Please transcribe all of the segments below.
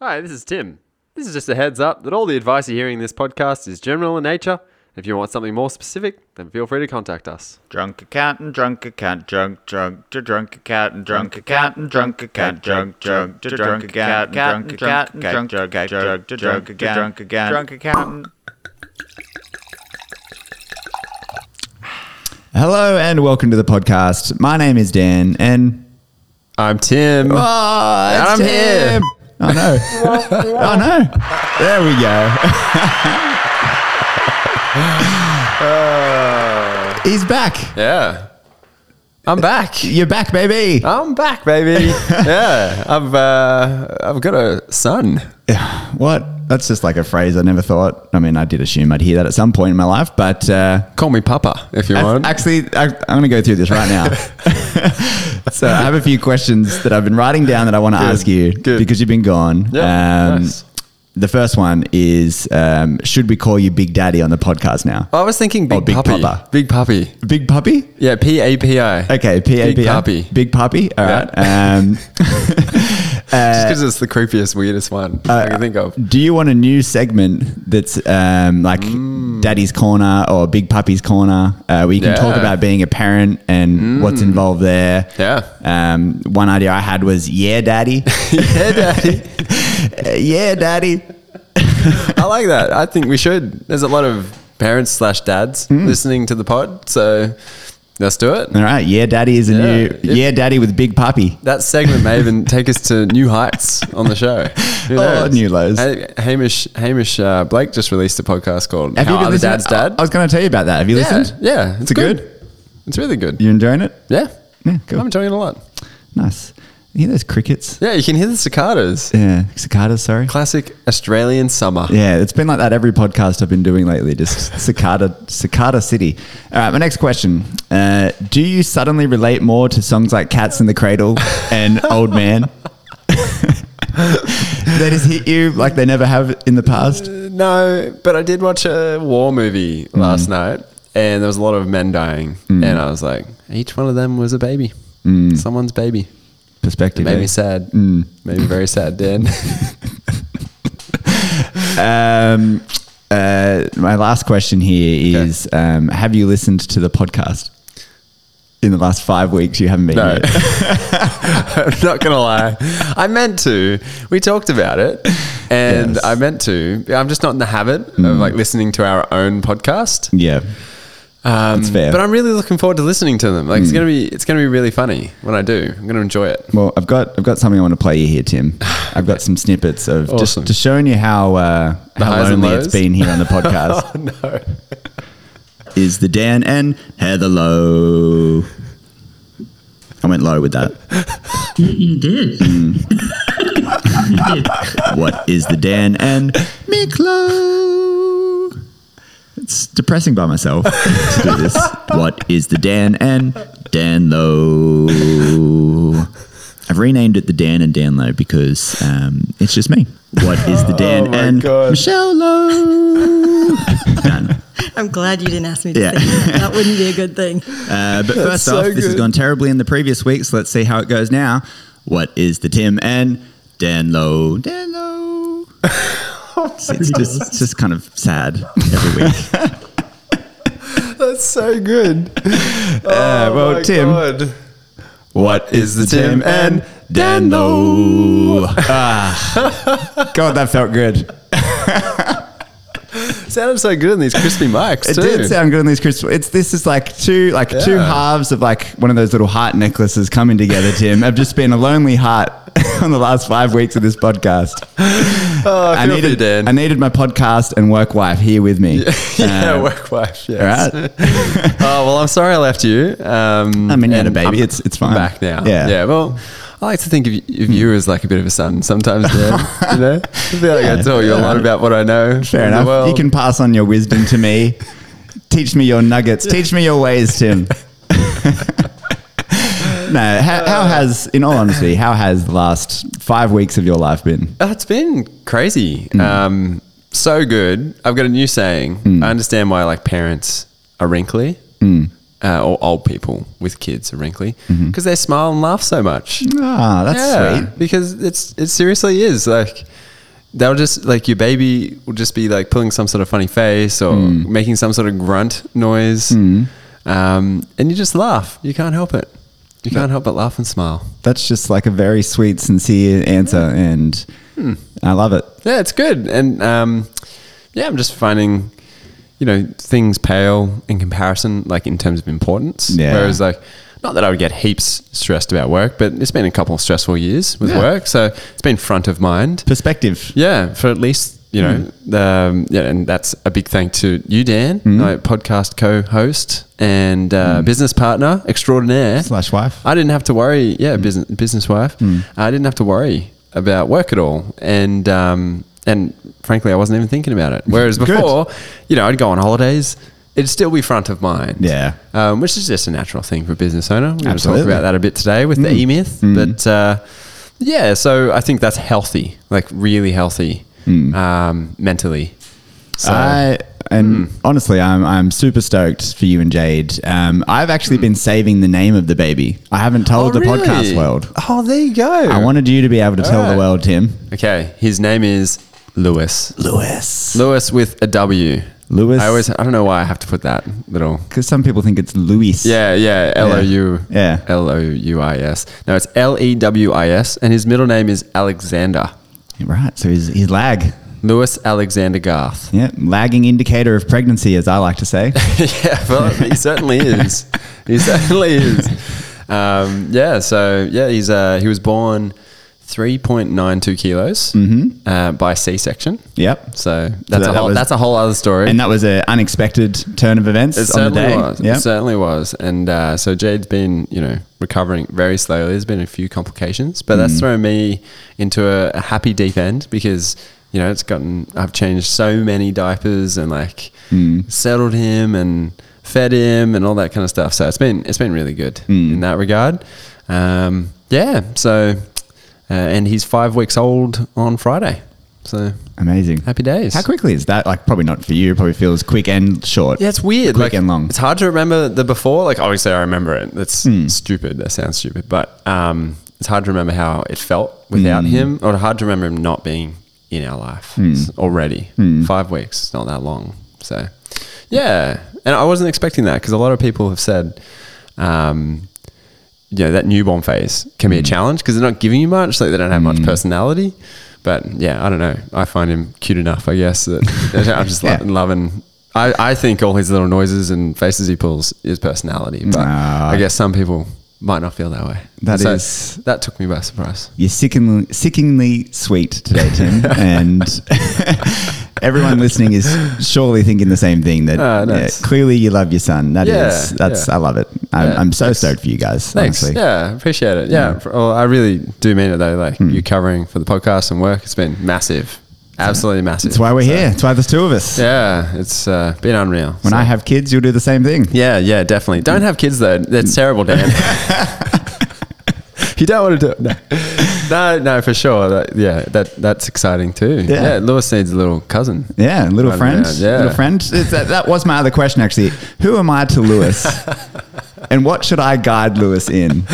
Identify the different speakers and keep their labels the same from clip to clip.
Speaker 1: Hi, this is Tim. This is just a heads up that all the advice you're hearing in this podcast is general in nature. If you want something more specific, then feel free to contact us.
Speaker 2: Drunk accountant, drunk accountant, drunk, drunk, to drunk accountant, drunk accountant, drunk accountant, drunk, drunk, to drunk accountant, drunk accountant, drunk, drunk, drunk, to drunk accountant, drunk accountant, drunk accountant.
Speaker 3: Hello and welcome to the podcast. My name is Dan, and
Speaker 1: I'm Tim.
Speaker 3: Ah,
Speaker 1: Oh, I'm here.
Speaker 3: I know. I know. There we go. He's back.
Speaker 1: Yeah. I'm back. Uh.
Speaker 3: You're back, baby.
Speaker 1: I'm back, baby. yeah. I've uh, I've got a son.
Speaker 3: What? That's just like a phrase I never thought. I mean, I did assume I'd hear that at some point in my life, but uh,
Speaker 1: Call me Papa if you want.
Speaker 3: Actually, I, I'm going to go through this right now. so I have a few questions that I've been writing down that I want to ask you
Speaker 1: good.
Speaker 3: because you've been gone. Um,
Speaker 1: Yeah, nice.
Speaker 3: The first one is: um, Should we call you Big Daddy on the podcast now?
Speaker 1: I was thinking big,
Speaker 3: Oh, Big
Speaker 1: puppy.
Speaker 3: Papa.
Speaker 1: Big puppy.
Speaker 3: Big puppy.
Speaker 1: Yeah, P A P I.
Speaker 3: Okay, P A
Speaker 1: Big
Speaker 3: P I.
Speaker 1: puppy.
Speaker 3: Big puppy. All
Speaker 1: Yeah.
Speaker 3: right. Um,
Speaker 1: Just because it's the creepiest, weirdest one I can think of.
Speaker 3: do you want a new segment that's um, like Daddy's Corner or Big Puppy's Corner, uh, where you can talk
Speaker 1: Mm. Yeah. Mm.
Speaker 3: about being a parent and what's involved there?
Speaker 1: Yeah.
Speaker 3: Um, one idea I had was Yeah, Daddy.
Speaker 1: yeah, Daddy.
Speaker 3: Uh, yeah, Daddy.
Speaker 1: I like that. I think we should. There's a lot of parents slash dads
Speaker 3: Hmm.
Speaker 1: listening to the pod, so let's do it.
Speaker 3: All right. Yeah, Daddy is a
Speaker 1: Yeah.
Speaker 3: new Yeah, Daddy with Big Puppy.
Speaker 1: That segment may even take us to new heights on the show. Who
Speaker 3: Oh, new lows.
Speaker 1: Ha- Hamish Hamish uh, Blake just released a podcast called
Speaker 3: Have
Speaker 1: How
Speaker 3: you been
Speaker 1: Are the
Speaker 3: listening-
Speaker 1: Dad's
Speaker 3: I-
Speaker 1: Dad?
Speaker 3: I, was going to tell you about that. Have you
Speaker 1: yeah,
Speaker 3: listened?
Speaker 1: yeah, it's,
Speaker 3: It's
Speaker 1: good.
Speaker 3: good?
Speaker 1: It's really good.
Speaker 3: You enjoying it?
Speaker 1: Yeah,
Speaker 3: Yeah, cool.
Speaker 1: I'm enjoying it a lot.
Speaker 3: Nice. You hear those crickets?
Speaker 1: Yeah, you can hear the cicadas.
Speaker 3: Yeah, cicadas. Sorry.
Speaker 1: Classic Australian summer.
Speaker 3: Yeah, it's been like that every podcast I've been doing lately. Just cicada, cicada city. All right, my next question: uh, Do you suddenly relate more to songs like "Cats in the Cradle" and "Old Man"? they just hit you like they never have in the past.
Speaker 1: No, but I did watch a war movie
Speaker 3: Mm.
Speaker 1: last night, and there was a lot of men dying, and I was like, each one of them was a baby,
Speaker 3: Mm.
Speaker 1: someone's baby. It
Speaker 3: Perspective.
Speaker 1: made
Speaker 3: eh?
Speaker 1: me sad. Made me very sad, Dan.
Speaker 3: Um, uh, my last question here
Speaker 1: Okay.
Speaker 3: is: um, Have you listened to the podcast? In the last five weeks, you haven't been.
Speaker 1: No.
Speaker 3: yet.
Speaker 1: I'm not gonna lie. I meant to. We talked about it, and
Speaker 3: Yes. Mm.
Speaker 1: I meant to. I'm just not in the habit of like listening to our own podcast.
Speaker 3: Yeah,
Speaker 1: Um,
Speaker 3: Mm. That's fair. Mm.
Speaker 1: But I'm really looking forward to listening to them. Like it's gonna be, it's gonna be really funny when I do. I'm gonna enjoy it.
Speaker 3: Well, I've got I've got something I want to play you here, Tim. I've got some snippets of
Speaker 1: Awesome.
Speaker 3: just, just showing you how uh, how
Speaker 1: highs and
Speaker 3: lonely it's
Speaker 1: lows?
Speaker 3: been here on the podcast.
Speaker 1: Oh no.
Speaker 3: Is the Dan and Heather low? I went low with that. Mm.
Speaker 4: You, you did.
Speaker 3: What is the Dan and Mick low? It's depressing by myself to do this. What is the Dan and Dan low? I've renamed it the Dan and Dan low because um, it's just me. What is the Dan
Speaker 1: Oh my
Speaker 3: and
Speaker 1: God.
Speaker 3: Michelle low? Done.
Speaker 4: I'm glad you didn't ask me to
Speaker 3: Yeah.
Speaker 4: sing that. That wouldn't be a good thing.
Speaker 3: Uh, but first
Speaker 1: so
Speaker 3: off, this has
Speaker 1: good.
Speaker 3: gone terribly in the previous week, so let's see how it goes now. What is the Tim and Dan Low? Dan Low.
Speaker 1: Oh
Speaker 3: it's, it's just, it's just kind of sad every week.
Speaker 1: That's so good. Oh
Speaker 3: Uh, well,
Speaker 1: my
Speaker 3: Tim,
Speaker 1: God.
Speaker 3: what is the Tim and Dan Low? Ah. God, that felt good.
Speaker 1: It sounded so good in these crispy mics.
Speaker 3: It
Speaker 1: too.
Speaker 3: did sound good in these crystals. It's this is like two like two
Speaker 1: Yeah.
Speaker 3: halves of like one of those little heart necklaces coming together. Tim, I've just been a lonely heart on the last five weeks of this podcast.
Speaker 1: Oh, I,
Speaker 3: I
Speaker 1: feel for you,
Speaker 3: needed,
Speaker 1: Dan.
Speaker 3: I needed my podcast and work wife here with me.
Speaker 1: yeah,
Speaker 3: Um,
Speaker 1: work wife.
Speaker 3: all
Speaker 1: Yes.
Speaker 3: right.
Speaker 1: oh well, I'm sorry I left you. Um,
Speaker 3: I mean, you had a
Speaker 1: and
Speaker 3: baby.
Speaker 1: I'm
Speaker 3: It's- it's fine.
Speaker 1: Back now.
Speaker 3: Yeah.
Speaker 1: Yeah. Well, I like to think of you, of you as like a bit of a son sometimes. Yeah. you know, I feel like I
Speaker 3: Yeah.
Speaker 1: tell you a lot about what I know.
Speaker 3: Fair
Speaker 1: in the
Speaker 3: enough.
Speaker 1: world.
Speaker 3: You can pass on your wisdom to me. Teach me your nuggets. Teach me your ways, Tim. no, how, how has, in all honesty, how has the last five weeks of your life been?
Speaker 1: Oh, It's been crazy.
Speaker 3: Hmm.
Speaker 1: Um, so good. I've got a new saying.
Speaker 3: Hmm.
Speaker 1: I understand why like parents are wrinkly. Uh, or old people with kids are wrinkly because they smile and laugh so much.
Speaker 3: Ah, Mm-hmm. that's sweet.
Speaker 1: Because it's it seriously is like
Speaker 5: they'll just like your baby will just be like pulling some sort of funny face or
Speaker 3: Hmm.
Speaker 5: making some sort of grunt noise, um, and you just laugh. You can't help it. You can't help but laugh and smile.
Speaker 3: That's just like a very sweet, sincere answer, and
Speaker 5: Hmm.
Speaker 3: I love it.
Speaker 5: Yeah, it's good. And um, yeah, I'm just finding, you know, things pale in comparison, like in terms of importance.
Speaker 3: Yeah.
Speaker 5: Whereas, like, not that I would get heaps stressed about work, but it's been a couple of stressful years with work. So it's been front of mind.
Speaker 3: Perspective.
Speaker 5: Yeah, for at least, you know,
Speaker 3: Hmm.
Speaker 5: the um, yeah, and that's a big thank to you, Dan, my podcast co host and uh, business partner extraordinaire.
Speaker 3: Hmm. Slash wife. Hmm.
Speaker 5: I didn't have to worry. Yeah, business business wife. I didn't have to worry about work at all, and um, and frankly, I wasn't even thinking about it. Whereas
Speaker 3: Good.
Speaker 5: before, you know, I'd go on holidays. It'd still be front of mind.
Speaker 3: Yeah.
Speaker 5: um, which is just a natural thing for a business owner. We're going to talk
Speaker 3: Absolutely.
Speaker 5: about that a bit today with the E Myth, but uh, yeah, so I think that's healthy, like really healthy, um, mentally. So
Speaker 3: I and
Speaker 5: Hmm.
Speaker 3: honestly, I'm I'm super stoked for you and Jade. Um, I've actually
Speaker 5: Hmm.
Speaker 3: been saving the name of the baby. I haven't told the podcast world.
Speaker 5: Oh, there you go.
Speaker 3: I wanted you to be able to tell
Speaker 5: right.
Speaker 3: the world, Tim.
Speaker 5: okay, his name is Lewis.
Speaker 3: Lewis.
Speaker 5: Lewis with a W.
Speaker 3: Lewis.
Speaker 5: I always I don't know why I have to put that little.
Speaker 3: Because some people think it's Luis.
Speaker 5: Yeah, yeah. L O U.
Speaker 3: Yeah.
Speaker 5: L O U I S. No, it's L E W I S, and his middle name is Alexander.
Speaker 3: Right. So he's, he's lag.
Speaker 5: Lewis Alexander Garth.
Speaker 3: Yeah. Lagging indicator of pregnancy, as I like to say.
Speaker 5: yeah, well, he certainly is. He certainly is. Um, yeah, so yeah, he's uh, he was born three point nine two kilos uh, by C section.
Speaker 3: yep.
Speaker 5: So that's
Speaker 3: Mm-hmm. that-
Speaker 5: a
Speaker 3: that
Speaker 5: whole
Speaker 3: was-
Speaker 5: that's a whole other story.
Speaker 3: And that was an unexpected turn of events
Speaker 5: It
Speaker 3: on the
Speaker 5: certainly
Speaker 3: day.
Speaker 5: was. It certainly was. And uh, so Jade's been, you know, recovering very slowly. There's been a few complications, but that's thrown me into a, a happy deep end because, you know, it's gotten, I've changed so many diapers and like Mm. settled him and fed him and all that kind of stuff. So it's been, it's been really good in that regard. Um, yeah. So, uh, and he's five weeks old on Friday. So
Speaker 3: Amazing.
Speaker 5: happy days.
Speaker 3: How quickly is that? Like, probably not for you. It probably feels quick and short.
Speaker 5: Yeah, it's weird.
Speaker 3: Quick
Speaker 5: like,
Speaker 3: and long. Hmm.
Speaker 5: It's hard to remember the before. Like obviously, I remember it. That's stupid. That sounds stupid, but um, it's hard to remember how it felt
Speaker 3: Hmm.
Speaker 5: without him, or hard to remember him not being in our life s- already.
Speaker 3: Hmm.
Speaker 5: Five weeks, it's not that long. So, yeah, and I wasn't expecting that because a lot of people have said. Um, you know, that newborn phase can
Speaker 3: Mm.
Speaker 5: be a challenge because they're not giving you much, like they don't have much personality. But yeah, I don't know. I find him cute enough, I guess. That I'm just lo-
Speaker 3: Yeah.
Speaker 5: loving. I, I think all his little noises and faces he pulls is personality, but
Speaker 3: Nah.
Speaker 5: I guess some people might not feel that way.
Speaker 3: That
Speaker 5: That is
Speaker 3: is-
Speaker 5: that took me by surprise.
Speaker 3: You're sickeningly, sickeningly sweet today, Tim. and everyone listening is surely thinking the same thing that
Speaker 5: Ah, nice.
Speaker 3: clearly you love your son. That is,
Speaker 5: Yeah,
Speaker 3: that's,
Speaker 5: yeah.
Speaker 3: I love it. I'm,
Speaker 5: Yeah,
Speaker 3: I'm so
Speaker 5: thanks.
Speaker 3: stoked for you guys.
Speaker 5: Thanks.
Speaker 3: Honestly.
Speaker 5: Yeah, appreciate it. Yeah, for- well, I really do mean it though. Like
Speaker 3: Hmm.
Speaker 5: you covering for the podcast and work, it's been massive, absolutely massive.
Speaker 3: That's why we're
Speaker 5: So,
Speaker 3: here. That's why there's two of us.
Speaker 5: uh, Yeah, it's uh, been unreal.
Speaker 3: When
Speaker 5: So-
Speaker 3: I have kids, you'll do the same thing.
Speaker 5: Yeah, yeah, definitely. Don't have kids though.
Speaker 3: Mm.
Speaker 5: That's terrible, Dan. you don't want to do it. No, no, no, for sure. That, yeah, that that's exciting too.
Speaker 3: Yeah.
Speaker 5: Yeah. Lewis needs a little cousin.
Speaker 3: Yeah, little
Speaker 5: Right
Speaker 3: friend.
Speaker 5: around, yeah.
Speaker 3: Little friend. It's- That, that was my other question, actually. Who am I to Lewis? and what should I guide Lewis in?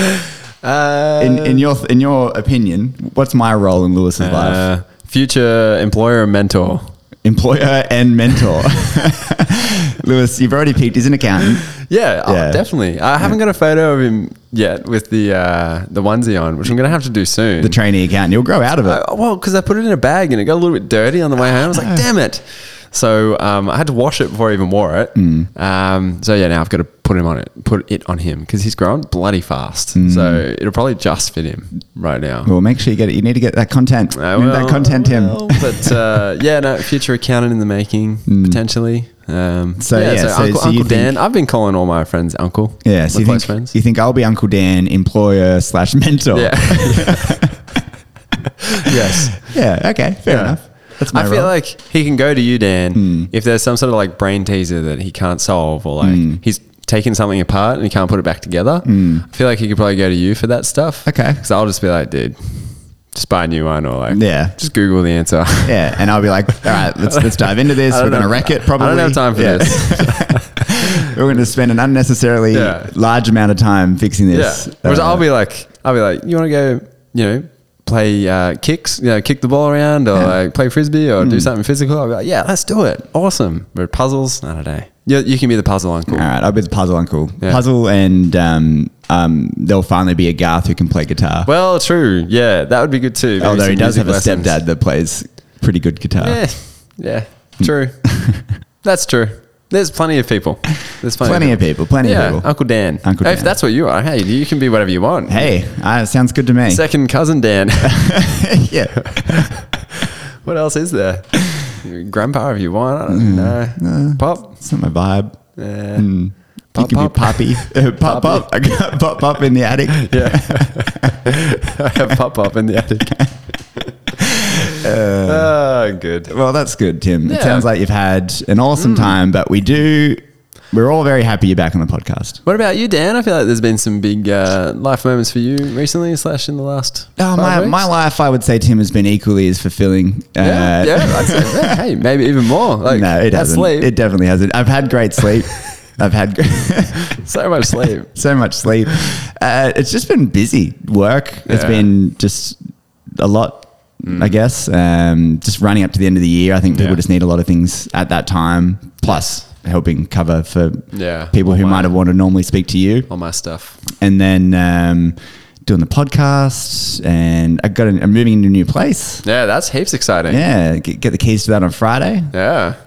Speaker 5: Uh,
Speaker 3: In, in your in your opinion, what's my role in Lewis's life?
Speaker 5: uh, future employer and mentor.
Speaker 3: Employer and mentor. Lewis, you've already peaked. He's an accountant.
Speaker 5: Yeah, oh,
Speaker 3: Yeah.
Speaker 5: definitely. I haven't got a photo of him yet with the uh, the onesie on, which I'm gonna have to do soon.
Speaker 3: The trainee accountant. You'll grow out of it.
Speaker 5: Uh, well, because I put it in a bag and it got a little bit dirty on the way home. I was like, damn it. So um, I had to wash it before I even wore it.
Speaker 3: Mm.
Speaker 5: Um, so yeah, now I've got to put him on it, put it on him because he's grown bloody fast. So it'll probably just fit him right now.
Speaker 3: Mm. Well, make sure you get it. You need to get that content.
Speaker 5: Uh,
Speaker 3: Remember
Speaker 5: well,
Speaker 3: that content, Tim.
Speaker 5: well, but uh, yeah, no, future accountant in the making potentially. Um,
Speaker 3: Mm. So, yeah, so-
Speaker 5: Uncle,
Speaker 3: so you
Speaker 5: Uncle Dan.
Speaker 3: think-
Speaker 5: I've been calling all my friends Uncle.
Speaker 3: yeah, so
Speaker 5: my
Speaker 3: you
Speaker 5: close
Speaker 3: think,
Speaker 5: friends.
Speaker 3: you think I'll be Uncle Dan, employer slash mentor?
Speaker 5: Yeah. yes.
Speaker 3: Yeah, okay, fair
Speaker 5: Yeah.
Speaker 3: enough. That's my
Speaker 5: I feel
Speaker 3: role.
Speaker 5: like he can go to you, Dan,
Speaker 3: Hmm.
Speaker 5: if there's some sort of like brain teaser that he can't solve or like
Speaker 3: Hmm.
Speaker 5: he's taking something apart and he can't put it back together. I feel like he could probably go to you for that stuff.
Speaker 3: Okay.
Speaker 5: Because I'll just be like, dude, just buy a new one or like,
Speaker 3: Yeah.
Speaker 5: just Google the answer.
Speaker 3: Yeah, and I'll be like, all right, let's let's dive into this.
Speaker 5: I don't
Speaker 3: We're gonna
Speaker 5: have-
Speaker 3: wreck it.
Speaker 5: I don't
Speaker 3: Probably.
Speaker 5: have time for
Speaker 3: this. We're gonna spend an unnecessarily
Speaker 5: Yeah.
Speaker 3: large amount of time fixing
Speaker 5: yeah.
Speaker 3: this.
Speaker 5: Whereas
Speaker 3: Uh,
Speaker 5: I'll be like, I'll be like, you want to go, you know, play uh, kicks, you know, kick the ball around or like, play frisbee or do
Speaker 3: Hmm.
Speaker 5: something physical, I'll be like, yeah, let's do it. Awesome. But puzzles, not a day. You, you can be the puzzle uncle.
Speaker 3: All right, I'll be the puzzle uncle.
Speaker 5: Yeah.
Speaker 3: Puzzle, and um, um, there'll finally be a Garth who can play guitar.
Speaker 5: Well, true. Yeah, that would be good too. Maybe
Speaker 3: Although he
Speaker 5: some
Speaker 3: does have
Speaker 5: music
Speaker 3: a
Speaker 5: lessons.
Speaker 3: stepdad that plays pretty good guitar.
Speaker 5: Yeah, yeah, true. that's true. There's plenty of people. There's plenty,
Speaker 3: Plenty of people, plenty of
Speaker 5: yeah,
Speaker 3: people.
Speaker 5: Uncle Dan.
Speaker 3: Uncle
Speaker 5: Hey, If
Speaker 3: Dan.
Speaker 5: that's what you are, hey, you can be whatever you want.
Speaker 3: Hey, uh, sounds good to me.
Speaker 5: Second cousin Dan.
Speaker 3: yeah.
Speaker 5: what else is there? Grandpa, if you want. I
Speaker 3: Mm,
Speaker 5: don't know. Pop.
Speaker 3: It's not my vibe. Mm.
Speaker 5: Pop,
Speaker 3: you can
Speaker 5: pop.
Speaker 3: be poppy. Uh, pop, pop. I got pop, pop in the attic.
Speaker 5: I have pop up in the attic. Ah, good.
Speaker 3: Well, that's good, Tim. It
Speaker 5: Yeah. Mm.
Speaker 3: sounds like you've had an awesome time, but we do, we're all very happy you're back on the podcast.
Speaker 5: What about you, Dan? I feel like there's been some big uh, life moments for you recently, slash in the last.
Speaker 3: Oh,
Speaker 5: five
Speaker 3: my,
Speaker 5: weeks.
Speaker 3: my life, I would say, Tim, has been equally as fulfilling.
Speaker 5: Yeah,
Speaker 3: Uh,
Speaker 5: yeah, I'd say, yeah, Hey, maybe even more. Like,
Speaker 3: no, it
Speaker 5: that
Speaker 3: hasn't.
Speaker 5: Sleep,
Speaker 3: It definitely hasn't. I've had great sleep. I've had
Speaker 5: so much sleep.
Speaker 3: so much sleep. Uh, it's just been busy work. It's
Speaker 5: Yeah. Mm.
Speaker 3: been just a lot, I guess. Um, just running up to the end of the year, I think people
Speaker 5: Yeah.
Speaker 3: just need a lot of things at that time. Plus, helping cover for
Speaker 5: Yeah.
Speaker 3: people
Speaker 5: All
Speaker 3: who
Speaker 5: my-
Speaker 3: might have wanted to normally speak to you,
Speaker 5: All my stuff.
Speaker 3: and then um, doing the podcast. And I got. An, I'm moving into a new place.
Speaker 5: Yeah, that's heaps exciting. Yeah.
Speaker 3: Yeah, get, get the keys to that on Friday.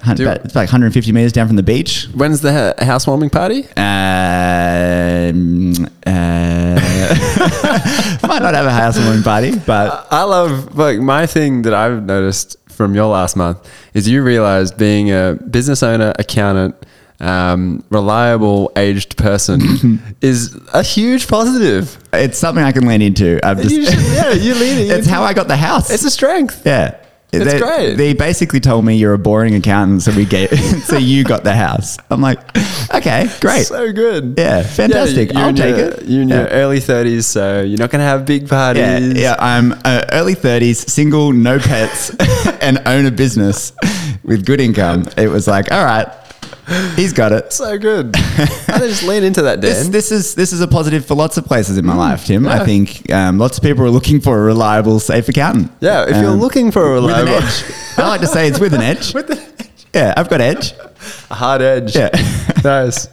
Speaker 3: Hun-
Speaker 5: Do-
Speaker 3: about- it's like 150 meters down from the beach.
Speaker 5: when's the ha- housewarming party?
Speaker 3: Um, uh, might not have a housewarming party, but
Speaker 5: I love like my thing that I've noticed from your last month is you realized being a business owner, accountant, um, reliable aged person is a huge positive.
Speaker 3: it's something I can lean into. I've just,
Speaker 5: You should- yeah, you lead it. You-
Speaker 3: it's how I got the house.
Speaker 5: It's a strength.
Speaker 3: yeah.
Speaker 5: It's
Speaker 3: they,
Speaker 5: great.
Speaker 3: They basically told me you're a boring accountant, so we gave, so you got the house. I'm like, okay, great.
Speaker 5: So good.
Speaker 3: Yeah, fantastic.
Speaker 5: you're
Speaker 3: I'll
Speaker 5: in
Speaker 3: take
Speaker 5: your-
Speaker 3: it.
Speaker 5: You're in your
Speaker 3: Yeah.
Speaker 5: early 30s, so you're not going to have big parties.
Speaker 3: yeah, yeah, I'm uh, early 30s, single, no pets, and own a business with good income. It was like, all right, he's got it.
Speaker 5: So good. I just lean into that, Dan.
Speaker 3: This, this is this is a positive for lots of places in my life, Tim. I think um, lots of people are looking for a reliable, safe accountant.
Speaker 5: yeah, if you're
Speaker 3: Um,
Speaker 5: looking for a
Speaker 3: with an
Speaker 5: reliable,
Speaker 3: edge, I like to say it's with an edge. yeah, I've got edge.
Speaker 5: a hard edge.
Speaker 3: Yeah,
Speaker 5: nice.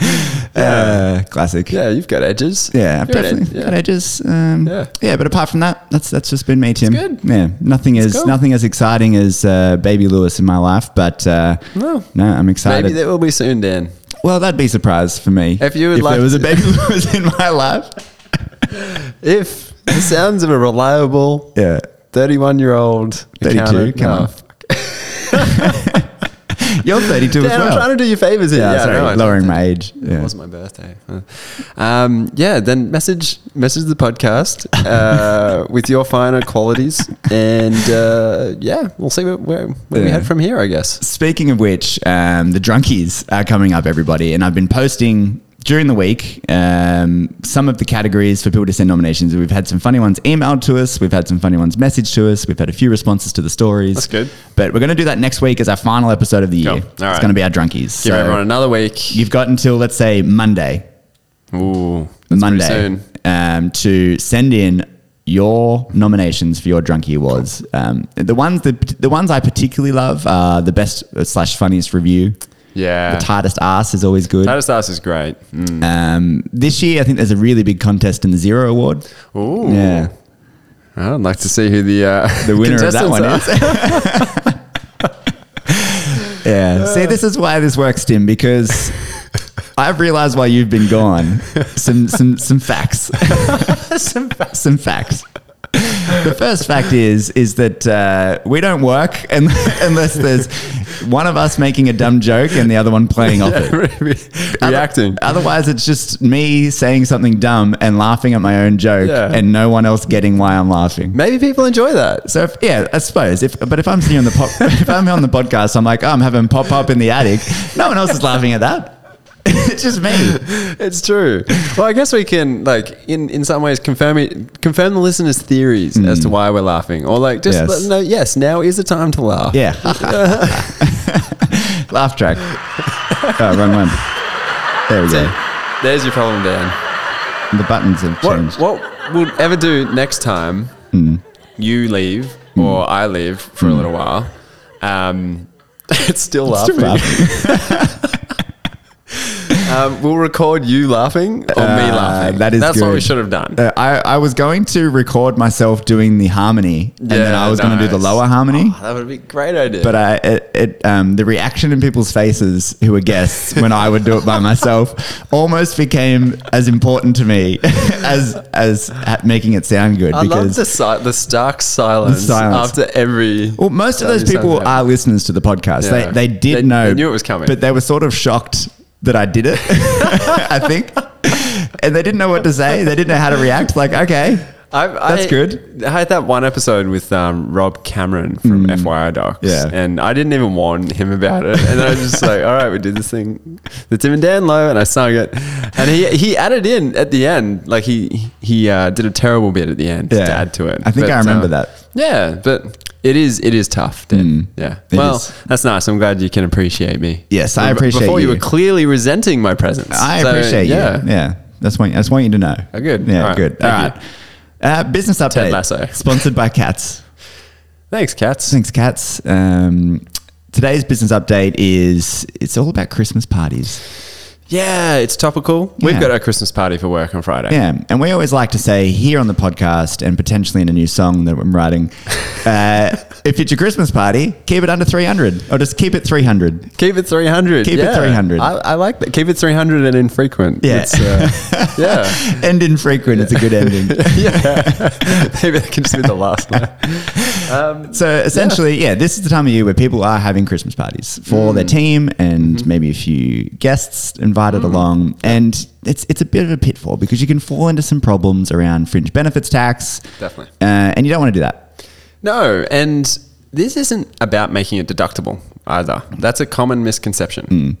Speaker 3: uh, classic.
Speaker 5: Yeah, you've got edges.
Speaker 3: Yeah, I've
Speaker 5: You're an edge,
Speaker 3: definitely
Speaker 5: yeah.
Speaker 3: got edges. Um,
Speaker 5: Yeah.
Speaker 3: yeah. but apart from that, that's that's just been me, Tim.
Speaker 5: good.
Speaker 3: Yeah, nothing as
Speaker 5: cool.
Speaker 3: nothing as exciting as uh, baby Lewis in my life, but uh,
Speaker 5: No.
Speaker 3: no. I'm excited.
Speaker 5: Maybe that will be soon, Dan.
Speaker 3: well, that'd be a surprise for me
Speaker 5: If you would like
Speaker 3: there was
Speaker 5: to-
Speaker 3: a baby Lewis in my life.
Speaker 5: If the sounds of a reliable
Speaker 3: Yeah,
Speaker 5: 31 year old
Speaker 3: 32, come on. you're 32
Speaker 5: Dan,
Speaker 3: as well.
Speaker 5: I'm trying to do you favors here.
Speaker 3: yeah, sorry,
Speaker 5: I know, I know.
Speaker 3: lowering my age.
Speaker 5: It
Speaker 3: Yeah.
Speaker 5: was my birthday. Uh, Um, yeah, then message message the podcast uh, with your finer qualities, and uh, yeah, we'll see where, where, where we
Speaker 3: Yeah.
Speaker 5: head from here. I guess.
Speaker 3: Speaking of which, um, the drunkies are coming up, everybody, and I've been posting during the week um, some of the categories for people to send nominations. We've had some funny ones emailed to us, we've had some funny ones messaged to us, we've had a few responses to the stories.
Speaker 5: That's good.
Speaker 3: But we're going to do that next week as our final episode of the year.
Speaker 5: Cool. All
Speaker 3: It's
Speaker 5: right.
Speaker 3: going to be our drunkies.
Speaker 5: Give
Speaker 3: So
Speaker 5: everyone another week.
Speaker 3: You've got until let's say Monday,
Speaker 5: Ooh,
Speaker 3: Monday,
Speaker 5: soon.
Speaker 3: um, to send in. Your nominations for your Drunkie Awards. Um, the ones that, the ones I particularly love are the best slash funniest review.
Speaker 5: yeah.
Speaker 3: The tightest ass is always good.
Speaker 5: Titus Ass is great. Mm.
Speaker 3: Um, this year, I think there's a really big contest in the Zero Award.
Speaker 5: Ooh,
Speaker 3: Yeah,
Speaker 5: I'd like to see who the uh,
Speaker 3: the winner of that
Speaker 5: contestants
Speaker 3: one
Speaker 5: are.
Speaker 3: is. yeah. See, this is why this works, Tim, because I've realised while you've been gone, some some some facts, some fa- some facts. The first fact is is that uh, we don't work un- unless there's one of us making a dumb joke and the other one playing off it. Other-
Speaker 5: reacting.
Speaker 3: Otherwise, it's just me saying something dumb and laughing at my own joke,
Speaker 5: Yeah.
Speaker 3: and no one else getting why I'm laughing.
Speaker 5: Maybe people enjoy that.
Speaker 3: So if, yeah, I suppose. If but if I'm sitting on the pop, if I'm on the podcast, I'm like, oh, I'm having pop up in the attic. No one else is laughing at that. it's just me.
Speaker 5: It's true. Well, I guess we can like in in some ways confirm it, confirm the listeners' theories as to why we're laughing, or like just
Speaker 3: Mm. Yes.
Speaker 5: let them know. Yes, now is the time to laugh.
Speaker 3: Yeah. Laugh track. Oh, wrong one. There we go.
Speaker 5: There's your problem, Dan.
Speaker 3: The buttons have
Speaker 5: What
Speaker 3: changed.
Speaker 5: what we'll ever do next time
Speaker 3: Mm.
Speaker 5: you leave or I leave for a little while, um, it's still laughing. um, we'll record you laughing
Speaker 3: Uh,
Speaker 5: or me laughing.
Speaker 3: that is
Speaker 5: That's what we
Speaker 3: good.
Speaker 5: should have done.
Speaker 3: Uh, I, I was going to record myself doing the harmony, and then
Speaker 5: Yeah,
Speaker 3: I was going to do the
Speaker 5: nice.
Speaker 3: lower harmony.
Speaker 5: Oh, that would be a great idea.
Speaker 3: But uh, I, it, it, um, the reaction in people's faces who were guests when I would do it by myself almost became as important to me as as ha- making it sound good.
Speaker 5: I love the, si- the stark silence,
Speaker 3: silence.
Speaker 5: after every.
Speaker 3: Well, most of
Speaker 5: time
Speaker 3: those
Speaker 5: you
Speaker 3: people
Speaker 5: stand up.
Speaker 3: are listeners to the podcast.
Speaker 5: Yeah.
Speaker 3: They, they did
Speaker 5: They-
Speaker 3: know.
Speaker 5: they knew it was coming.
Speaker 3: But they were sort of shocked that I did it, I think. And they didn't know what to say. They didn't know how to react. Like, okay.
Speaker 5: I've, I,
Speaker 3: That's good. Mm.
Speaker 5: I had that one episode with um, Rob Cameron from FYI Docs,
Speaker 3: Yeah.
Speaker 5: and I didn't even warn him about it. And I was just like, "All right, we did this thing, the Tim and Dan low," and I sung it. And he he added in at the end, like he he uh, did a terrible bit at the end
Speaker 3: Yeah.
Speaker 5: to add to it. uh,
Speaker 3: I think I remember that. Mm.
Speaker 5: Yeah, but it is it is tough. Dan. Yeah.
Speaker 3: It
Speaker 5: well,
Speaker 3: is.
Speaker 5: that's nice. I'm glad you can appreciate me.
Speaker 3: Yes, I
Speaker 5: Well, b-
Speaker 3: appreciate
Speaker 5: Before you
Speaker 3: you.
Speaker 5: were clearly resenting my presence.
Speaker 3: I
Speaker 5: So,
Speaker 3: appreciate you. Yeah. That's what I just want you to know.
Speaker 5: Oh, good.
Speaker 3: Yeah,
Speaker 5: All right.
Speaker 3: good. All
Speaker 5: Thank
Speaker 3: right. Uh, business update.
Speaker 5: Lasso.
Speaker 3: Sponsored by Cats.
Speaker 5: Thanks, cats.
Speaker 3: Thanks, Cats. Um, today's business update is it's all about Christmas parties.
Speaker 5: Yeah, it's topical.
Speaker 3: Yeah.
Speaker 5: We've got our Christmas party for work on Friday.
Speaker 3: Yeah. And we always like to say here on the podcast and potentially in a new song that I'm writing uh, if it's your Christmas party, keep it under 300 or just keep it 300.
Speaker 5: Keep it 300.
Speaker 3: Keep it
Speaker 5: Yeah.
Speaker 3: 300.
Speaker 5: I, I like that. Keep it 300 and infrequent.
Speaker 3: Yeah.
Speaker 5: It's, uh, yeah.
Speaker 3: End infrequent. It's a good ending.
Speaker 5: yeah. Maybe that can just be the last one.
Speaker 3: So essentially, yeah. this is the time of year where people are having Christmas parties for
Speaker 5: Mm.
Speaker 3: their team and
Speaker 5: Mm-hmm.
Speaker 3: maybe a few guests invited along. And it's it's a bit of a pitfall because you can fall into some problems around fringe benefits tax.
Speaker 5: Definitely.
Speaker 3: Uh, and you don't want to do that.
Speaker 5: No, and this isn't about making it deductible either. That's a common misconception.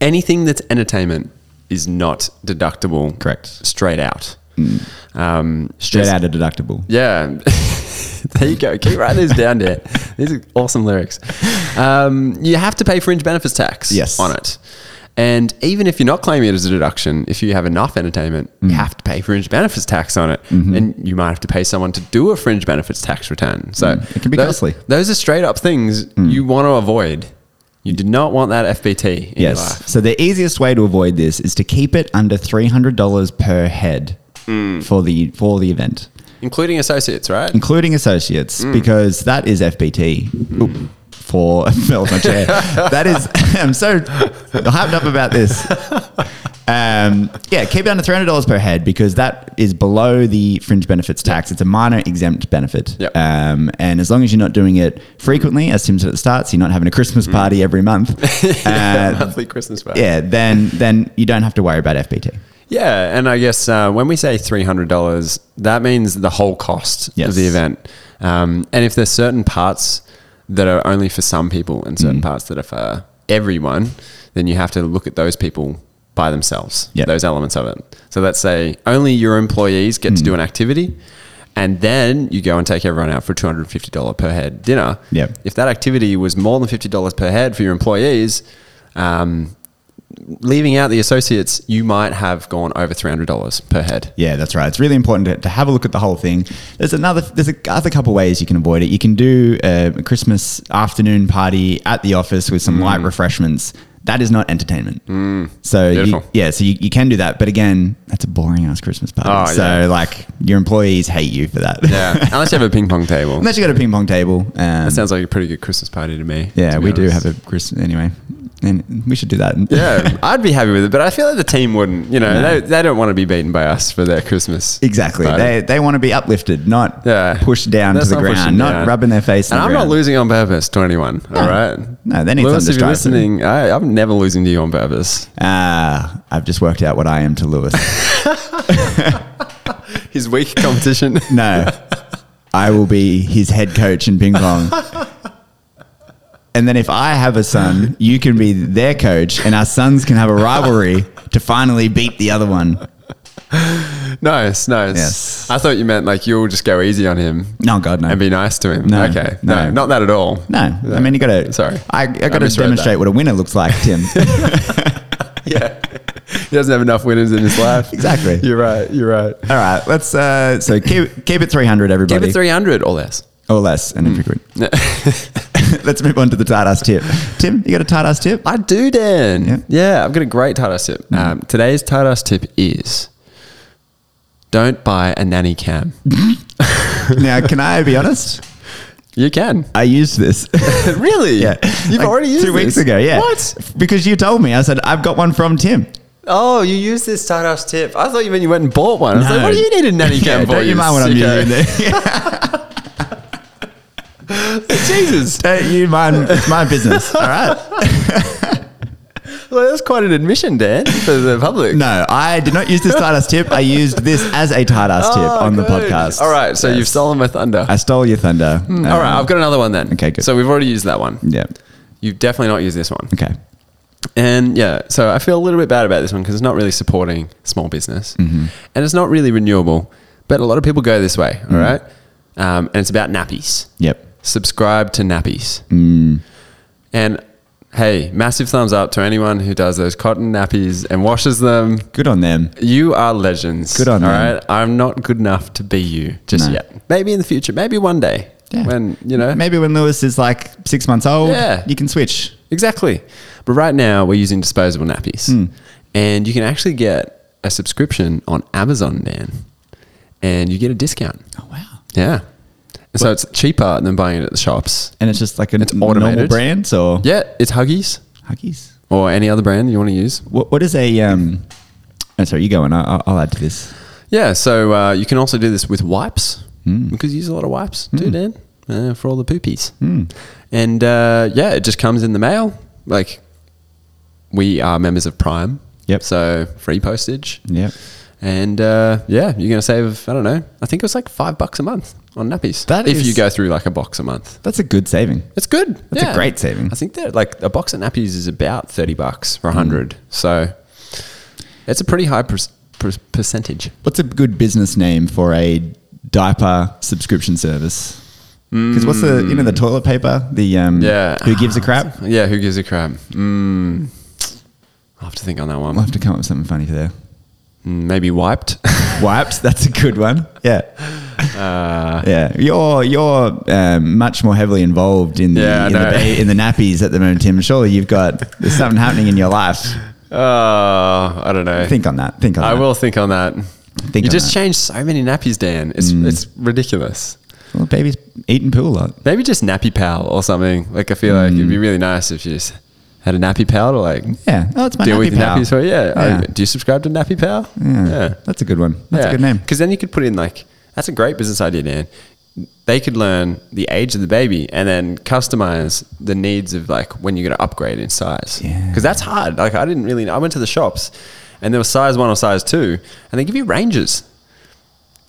Speaker 5: Anything that's entertainment is not deductible.
Speaker 3: Correct.
Speaker 5: Straight out. Um,
Speaker 3: Straight
Speaker 5: there's-
Speaker 3: out of deductible.
Speaker 5: Yeah. there you go. Keep writing these down, Dan. These are awesome lyrics. Um, you have to pay fringe benefits tax
Speaker 3: Yes.
Speaker 5: on it. And even if you're not claiming it as a deduction, if you have enough entertainment,
Speaker 3: Mm.
Speaker 5: you have to pay fringe benefits tax on it.
Speaker 3: Mm-hmm.
Speaker 5: And you might have to pay someone to do a fringe benefits tax return. So
Speaker 3: Mm. It can be
Speaker 5: those,
Speaker 3: costly. Mm.
Speaker 5: Those are straight up things you want to avoid. You do not want that FBT in your life.
Speaker 3: Yes. So the easiest way to avoid this is to keep it under three hundred dollars per head
Speaker 5: Mm.
Speaker 3: for the for the event.
Speaker 5: Including associates, right?
Speaker 3: including associates, because that is FBT. Oop, for fell off my chair. that is, I'm so hyped up about this. Um, yeah, keep it under three hundred dollars per head because that is below the fringe benefits tax. It's a minor exempt benefit,
Speaker 5: Yep.
Speaker 3: um, and as long as you're not doing it frequently, as Tim said at the start, so you're not having a Christmas party every month. uh,
Speaker 5: Monthly Christmas party.
Speaker 3: yeah, then then you don't have to worry about FBT.
Speaker 5: Yeah, and I guess uh, when we say three hundred dollars, that means the whole cost
Speaker 3: Yes.
Speaker 5: of the event. Um, and if there's certain parts that are only for some people and certain parts that are for everyone, then you have to look at those people by themselves.
Speaker 3: Yep.
Speaker 5: those elements of it. So let's say only your employees get to do an activity. And then you go and take everyone out for a $250 per head dinner.
Speaker 3: Yep.
Speaker 5: If that activity was more than $50 per head for your employees, um, leaving out the associates, you might have gone over three hundred dollars per head.
Speaker 3: Yeah, that's right. It's really important to, to have a look at the whole thing. There's another there's a other couple ways you can avoid it. You can do a Christmas afternoon party at the office with some
Speaker 5: Mm.
Speaker 3: light refreshments. That is not entertainment. So you-
Speaker 5: Beautiful.
Speaker 3: yeah, so you, you can do that, but again, that's a boring ass Christmas party.
Speaker 5: Oh,
Speaker 3: so
Speaker 5: yeah.
Speaker 3: like your employees hate you for that.
Speaker 5: unless you have a ping pong table.
Speaker 3: Unless you got a ping pong table. Um,
Speaker 5: That sounds like a pretty good Christmas party to me.
Speaker 3: yeah,
Speaker 5: to be
Speaker 3: we do
Speaker 5: honest.
Speaker 3: have a Christmas anyway, and we should do that.
Speaker 5: Yeah, I'd be happy with it, but I feel like the team wouldn't. You know, they, they don't want to be beaten by us for their Christmas.
Speaker 3: Exactly.
Speaker 5: party.
Speaker 3: They, they want to be uplifted, not
Speaker 5: Yeah.
Speaker 3: pushed down
Speaker 5: That's
Speaker 3: to the
Speaker 5: not pushing
Speaker 3: ground, not
Speaker 5: down.
Speaker 3: rubbing their face. in
Speaker 5: And
Speaker 3: the
Speaker 5: I'm not
Speaker 3: ground.
Speaker 5: losing on purpose to anyone. All right.
Speaker 3: No, they need
Speaker 5: Lewis,
Speaker 3: something to
Speaker 5: if you're
Speaker 3: strive for.
Speaker 5: listening, I, I'm never losing to you on purpose.
Speaker 3: Ah, I've just worked out what I am to Lewis.
Speaker 5: His weak competition.
Speaker 3: No, I will be his head coach in ping pong. And then if I have a son, you can be their coach, and our sons can have a rivalry to finally beat the other one.
Speaker 5: nice, nice.
Speaker 3: Yes.
Speaker 5: I thought you meant like you'll just go easy on him
Speaker 3: No, God, no.
Speaker 5: and be nice to him.
Speaker 3: No,
Speaker 5: okay.
Speaker 3: no.
Speaker 5: No, not that at all.
Speaker 3: no, I mean you got to.
Speaker 5: Sorry.
Speaker 3: I, I got to
Speaker 5: misread
Speaker 3: demonstrate
Speaker 5: that.
Speaker 3: what a winner looks like, Tim.
Speaker 5: Yeah. He doesn't have enough winners in his life.
Speaker 3: Exactly.
Speaker 5: You're right. You're right.
Speaker 3: All right, let's. Uh, so keep, keep it 300, everybody.
Speaker 5: Give it Hmm. 300 or less.
Speaker 3: Or less, and if you
Speaker 5: No.
Speaker 3: could. let's move on to the tight ass tip. Tim, you got a tight ass tip?
Speaker 5: I do, Dan.
Speaker 3: Yeah. Mm.
Speaker 5: Yeah, I've got a great Tardas tip. Um, today's Tardas tip is don't buy a nanny cam.
Speaker 3: now, can I be honest?
Speaker 5: you can.
Speaker 3: I used this.
Speaker 5: really?
Speaker 3: yeah.
Speaker 5: You've
Speaker 3: Like
Speaker 5: already used
Speaker 3: Two weeks
Speaker 5: this?
Speaker 3: ago, yeah.
Speaker 5: What?
Speaker 3: Because you told me. I said, I've got one from Tim.
Speaker 5: Oh, you used this Tardas tip. I thought you meant you went and bought one. I was like, what do you need a nanny cam
Speaker 3: yeah,
Speaker 5: for?
Speaker 3: Don't you mind when I'm
Speaker 5: sicko?
Speaker 3: using it?
Speaker 5: Jesus.
Speaker 3: don't you mind? It's my business. All right.
Speaker 5: Well, that's quite an admission, Dan, for the public.
Speaker 3: No, I did not use this tight ass tip. I used this as a tight ass tip
Speaker 5: Oh,
Speaker 3: on the
Speaker 5: good.
Speaker 3: podcast.
Speaker 5: All right, so
Speaker 3: Yes.
Speaker 5: you've stolen my thunder.
Speaker 3: I stole your thunder.
Speaker 5: All right, I've got another one then.
Speaker 3: Okay, good.
Speaker 5: So we've already used that one.
Speaker 3: Yeah.
Speaker 5: You've definitely not used this one.
Speaker 3: Okay.
Speaker 5: And yeah, so I feel a little bit bad about this one because it's not really supporting small business
Speaker 3: Mm-hmm.
Speaker 5: and it's not really renewable. But a lot of people go this way,
Speaker 3: Mm-hmm.
Speaker 5: all right? Um, and it's about nappies.
Speaker 3: Yep.
Speaker 5: Subscribe to nappies.
Speaker 3: Mm.
Speaker 5: And hey, massive thumbs up to anyone who does those cotton nappies and washes them.
Speaker 3: Good on them.
Speaker 5: You are legends.
Speaker 3: Good on
Speaker 5: All
Speaker 3: them.
Speaker 5: right? I'm not good enough to be you just
Speaker 3: No.
Speaker 5: yet. Maybe in the future, maybe one day
Speaker 3: Yeah.
Speaker 5: when, you know,
Speaker 3: Maybe when Lewis is like six months old,
Speaker 5: Yeah.
Speaker 3: you can switch.
Speaker 5: Exactly. But right now we're using disposable nappies.
Speaker 3: Hmm.
Speaker 5: And you can actually get a subscription on Amazon, man. And you get a discount.
Speaker 3: Oh, wow.
Speaker 5: Yeah. And so it's cheaper than buying it at the shops.
Speaker 3: And it's just like an
Speaker 5: It's
Speaker 3: normal
Speaker 5: automated.
Speaker 3: brand or
Speaker 5: Yeah, it's Huggies
Speaker 3: Huggies.
Speaker 5: or any other brand you want to use.
Speaker 3: What, what is a. um? Oh, sorry, you go on. I- I'll, I'll add to this.
Speaker 5: Yeah, so uh, you can also do this with wipes
Speaker 3: Hmm.
Speaker 5: because you use a lot of wipes too, Dan, uh, for all the poopies.
Speaker 3: Hmm.
Speaker 5: And uh, yeah, it just comes in the mail. Like, we are members of Prime.
Speaker 3: Yep. Hmm.
Speaker 5: So free postage.
Speaker 3: Yep.
Speaker 5: And uh, yeah, you're going to save, I don't know, I think it was like five bucks a month on nappies.
Speaker 3: That
Speaker 5: if
Speaker 3: is-
Speaker 5: you go through like a box a month.
Speaker 3: That's a good saving.
Speaker 5: It's good.
Speaker 3: That's a great saving.
Speaker 5: I think that like a box of nappies is about 30 bucks for 100.
Speaker 3: Hmm.
Speaker 5: So it's a pretty high per- per- percentage.
Speaker 3: What's a good business name for a diaper subscription service? Because what's the you know the toilet paper the um
Speaker 5: Mm. Yeah.
Speaker 3: who gives a crap?
Speaker 5: Yeah, who gives a crap? Mm, I'll have to think on that one.
Speaker 3: We'll have to come up with something funny for there.
Speaker 5: Mm, Maybe wiped.
Speaker 3: Wipes, that's a good one. Yeah,
Speaker 5: Uh,
Speaker 3: yeah. You're you're um, much more heavily involved in the,
Speaker 5: Yeah, I
Speaker 3: in, the
Speaker 5: know.
Speaker 3: ba- in the nappies at the moment, Tim. Surely you've got there's something happening in your life.
Speaker 5: Oh, I don't know.
Speaker 3: Think on that. Think on.
Speaker 5: I
Speaker 3: that.
Speaker 5: will think on that.
Speaker 3: Think
Speaker 5: you
Speaker 3: on
Speaker 5: just
Speaker 3: that. Hmm.
Speaker 5: changed so many nappies, Dan. It's, it's ridiculous.
Speaker 3: Well, babies eat and poo a lot.
Speaker 5: Maybe just nappy pal or something. Like I feel like it'd be really nice if you just had a nappy pal to like
Speaker 3: Hmm. Yeah. Oh, it's my
Speaker 5: deal
Speaker 3: nappy
Speaker 5: with your
Speaker 3: pal.
Speaker 5: nappies for. Yeah. Oh,
Speaker 3: Yeah.
Speaker 5: do you subscribe to nappy pal?
Speaker 3: Yeah. That's a good one. That's a good name.
Speaker 5: Because then you could put in like that's a great business idea, Dan. They could learn the age of the baby and then customize the needs of like when you're going to upgrade in size.
Speaker 3: Yeah.
Speaker 5: Because that's hard. Like I didn't really. know. I went to the shops, and there was size one or size two, and they give you ranges.